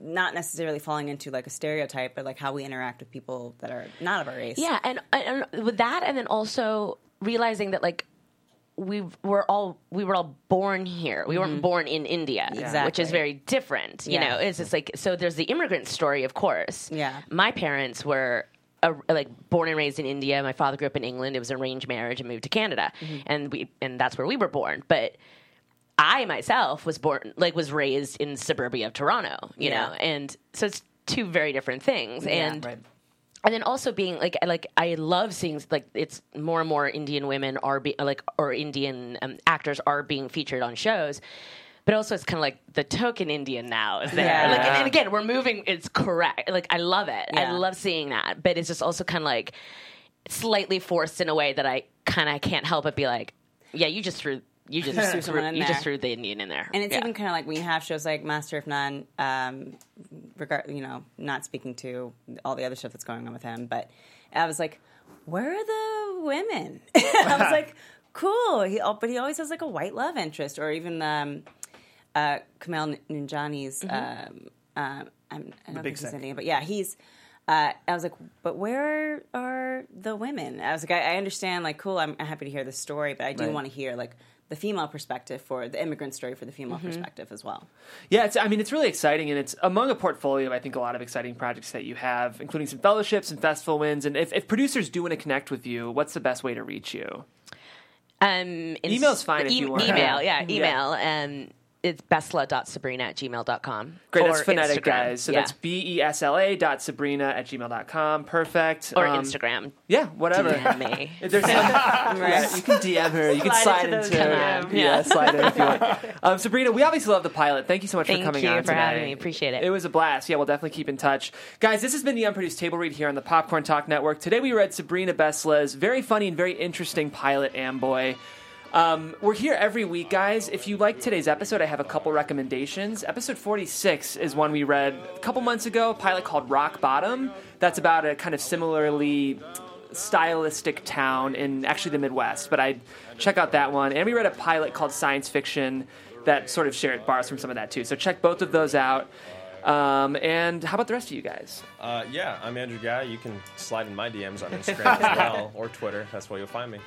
[SPEAKER 8] not necessarily falling into like a stereotype, but like how we interact with people that are not of our race.
[SPEAKER 3] Yeah, and, and and with that, and then also realizing that like we were all we were all born here. We weren't born in India, which
[SPEAKER 8] Mm-hmm. Exactly.
[SPEAKER 3] is very different. You
[SPEAKER 8] Yeah.
[SPEAKER 3] know, it's just like so. There's the immigrant story, of course.
[SPEAKER 8] Yeah.
[SPEAKER 3] my parents were. uh like born and raised in India, my father grew up in England. It was arranged marriage and moved to Canada,
[SPEAKER 8] Mm-hmm.
[SPEAKER 3] and we and that's where we were born. But I myself was born like was raised in suburbia of Toronto, you
[SPEAKER 8] Yeah.
[SPEAKER 3] know, and so it's two very different things. and
[SPEAKER 8] right.
[SPEAKER 3] and then also being like I- like I love seeing like it's more and more Indian women are be, like or Indian um, actors are being featured on shows. But also, it's kind of like the token Indian now is there.
[SPEAKER 8] Yeah.
[SPEAKER 3] Like, and then again, we're moving. It's correct. Like, I love it.
[SPEAKER 8] Yeah.
[SPEAKER 3] I love seeing that. But it's just also kind of like slightly forced in a way that I kind of can't help but be like, yeah, you just threw you just
[SPEAKER 8] threw
[SPEAKER 3] threw
[SPEAKER 8] someone in
[SPEAKER 3] you
[SPEAKER 8] there.
[SPEAKER 3] just threw the Indian in there.
[SPEAKER 8] And it's
[SPEAKER 3] Yeah.
[SPEAKER 8] even kind of like when you have shows like Master of None, um, regard you know, not speaking to all the other stuff that's going on with him, but I was like, where are the women? I was like, cool. He, al- but he always has like a white love interest, or even um, uh, Kamal N- Nanjiani's. Um, uh, I'm, I don't
[SPEAKER 5] Mm-hmm. big
[SPEAKER 8] think he's
[SPEAKER 5] sick.
[SPEAKER 8] Indian, but yeah, he's. Uh, I was like, but where are the women? I was like, I, I understand, like, cool, I'm happy to hear the story, but I do want to hear like the female perspective for the immigrant story for the female perspective as well.
[SPEAKER 1] Yeah, it's, I mean, it's really exciting, and it's among a portfolio of, I think, a lot of exciting projects that you have, including some fellowships and festival wins. And if, if producers do want to connect with you, what's the best way to reach you?
[SPEAKER 3] Um, ins-
[SPEAKER 1] Email's fine if you want.
[SPEAKER 3] Email, yeah, email. Um, it's bestla.sabrina at gmail.com.
[SPEAKER 1] Great,
[SPEAKER 3] or
[SPEAKER 1] that's phonetic,
[SPEAKER 3] Instagram.
[SPEAKER 1] guys. So
[SPEAKER 3] yeah.
[SPEAKER 1] that's B E S L A dot Sabrina at gmail.com. Perfect.
[SPEAKER 3] Or
[SPEAKER 1] Um,
[SPEAKER 3] Instagram.
[SPEAKER 1] Yeah, whatever.
[SPEAKER 3] DM me.
[SPEAKER 1] If there's some, yeah, you can DM her. You can slide,
[SPEAKER 6] Slide into
[SPEAKER 1] into,
[SPEAKER 6] those
[SPEAKER 1] her.
[SPEAKER 6] DMs.
[SPEAKER 1] Yeah. slide in if you want. Um, Sabrina, we obviously love the pilot. Thank you so much
[SPEAKER 3] Thank
[SPEAKER 1] for coming
[SPEAKER 3] you
[SPEAKER 1] on
[SPEAKER 3] for
[SPEAKER 1] today.
[SPEAKER 3] having me. Appreciate it.
[SPEAKER 1] It was a blast. Yeah, we'll definitely keep in touch, guys. This has been the unproduced table read here on the Popcorn Talk Network. Today we read Sabrina Besla's very funny and very interesting pilot, Amboy. Um, we're here every week, guys. If you like today's episode, I have a couple recommendations. Episode 46 is one we read a couple months ago, a pilot called Rock Bottom. That's about a kind of similarly stylistic town in actually the Midwest, but I check out that one. And we read a pilot called Science Fiction that sort of shared bars from some of that too. So check both of those out. Um, and how about the rest of you guys?
[SPEAKER 4] Uh, yeah, I'm Andrew Guy. You can slide in my DMs on Instagram as well or Twitter. That's where you'll find me.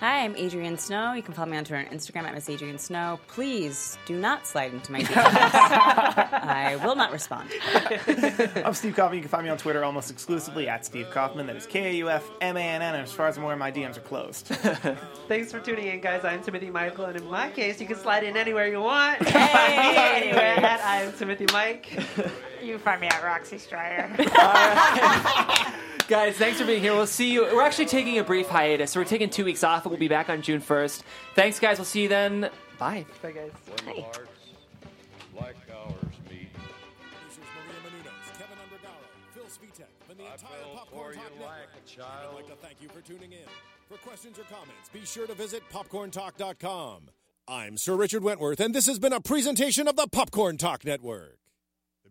[SPEAKER 8] Hi, I'm Adrian Snow. You can follow me on Twitter and Instagram at Miss Adrian Snow. Please do not slide into my DMs. I will not respond.
[SPEAKER 5] I'm Steve Kaufman. You can find me on Twitter almost exclusively at Steve Kaufman. That is K A U F M A N N. And as far as I'm aware, my DMs are closed.
[SPEAKER 6] Thanks for tuning in, guys. I'm Timothy Michael, and in my case, you can slide in anywhere you want. You can Find me anywhere at I'm Timothy Mike.
[SPEAKER 7] You can find me at Roxy Stryer.
[SPEAKER 1] Guys, thanks for being here. We'll see you. We're actually taking a brief hiatus, so we're taking two weeks off. We'll be back on June 1st. Thanks, guys. We'll see you then. Bye.
[SPEAKER 6] Bye, guys.
[SPEAKER 9] When hearts like ours meet,
[SPEAKER 2] Producers Maria Menunos, Kevin Undergaro, Phil Svitek, and the
[SPEAKER 9] I
[SPEAKER 2] entire
[SPEAKER 9] fell for
[SPEAKER 2] Popcorn Talk
[SPEAKER 9] you
[SPEAKER 2] Network.
[SPEAKER 9] like a child.
[SPEAKER 2] We'd like to thank you for tuning in. For questions or comments, be sure to visit popcorntalk.com. I'm Sir Richard Wentworth, and this has been a presentation of the Popcorn Talk Network.
[SPEAKER 10] The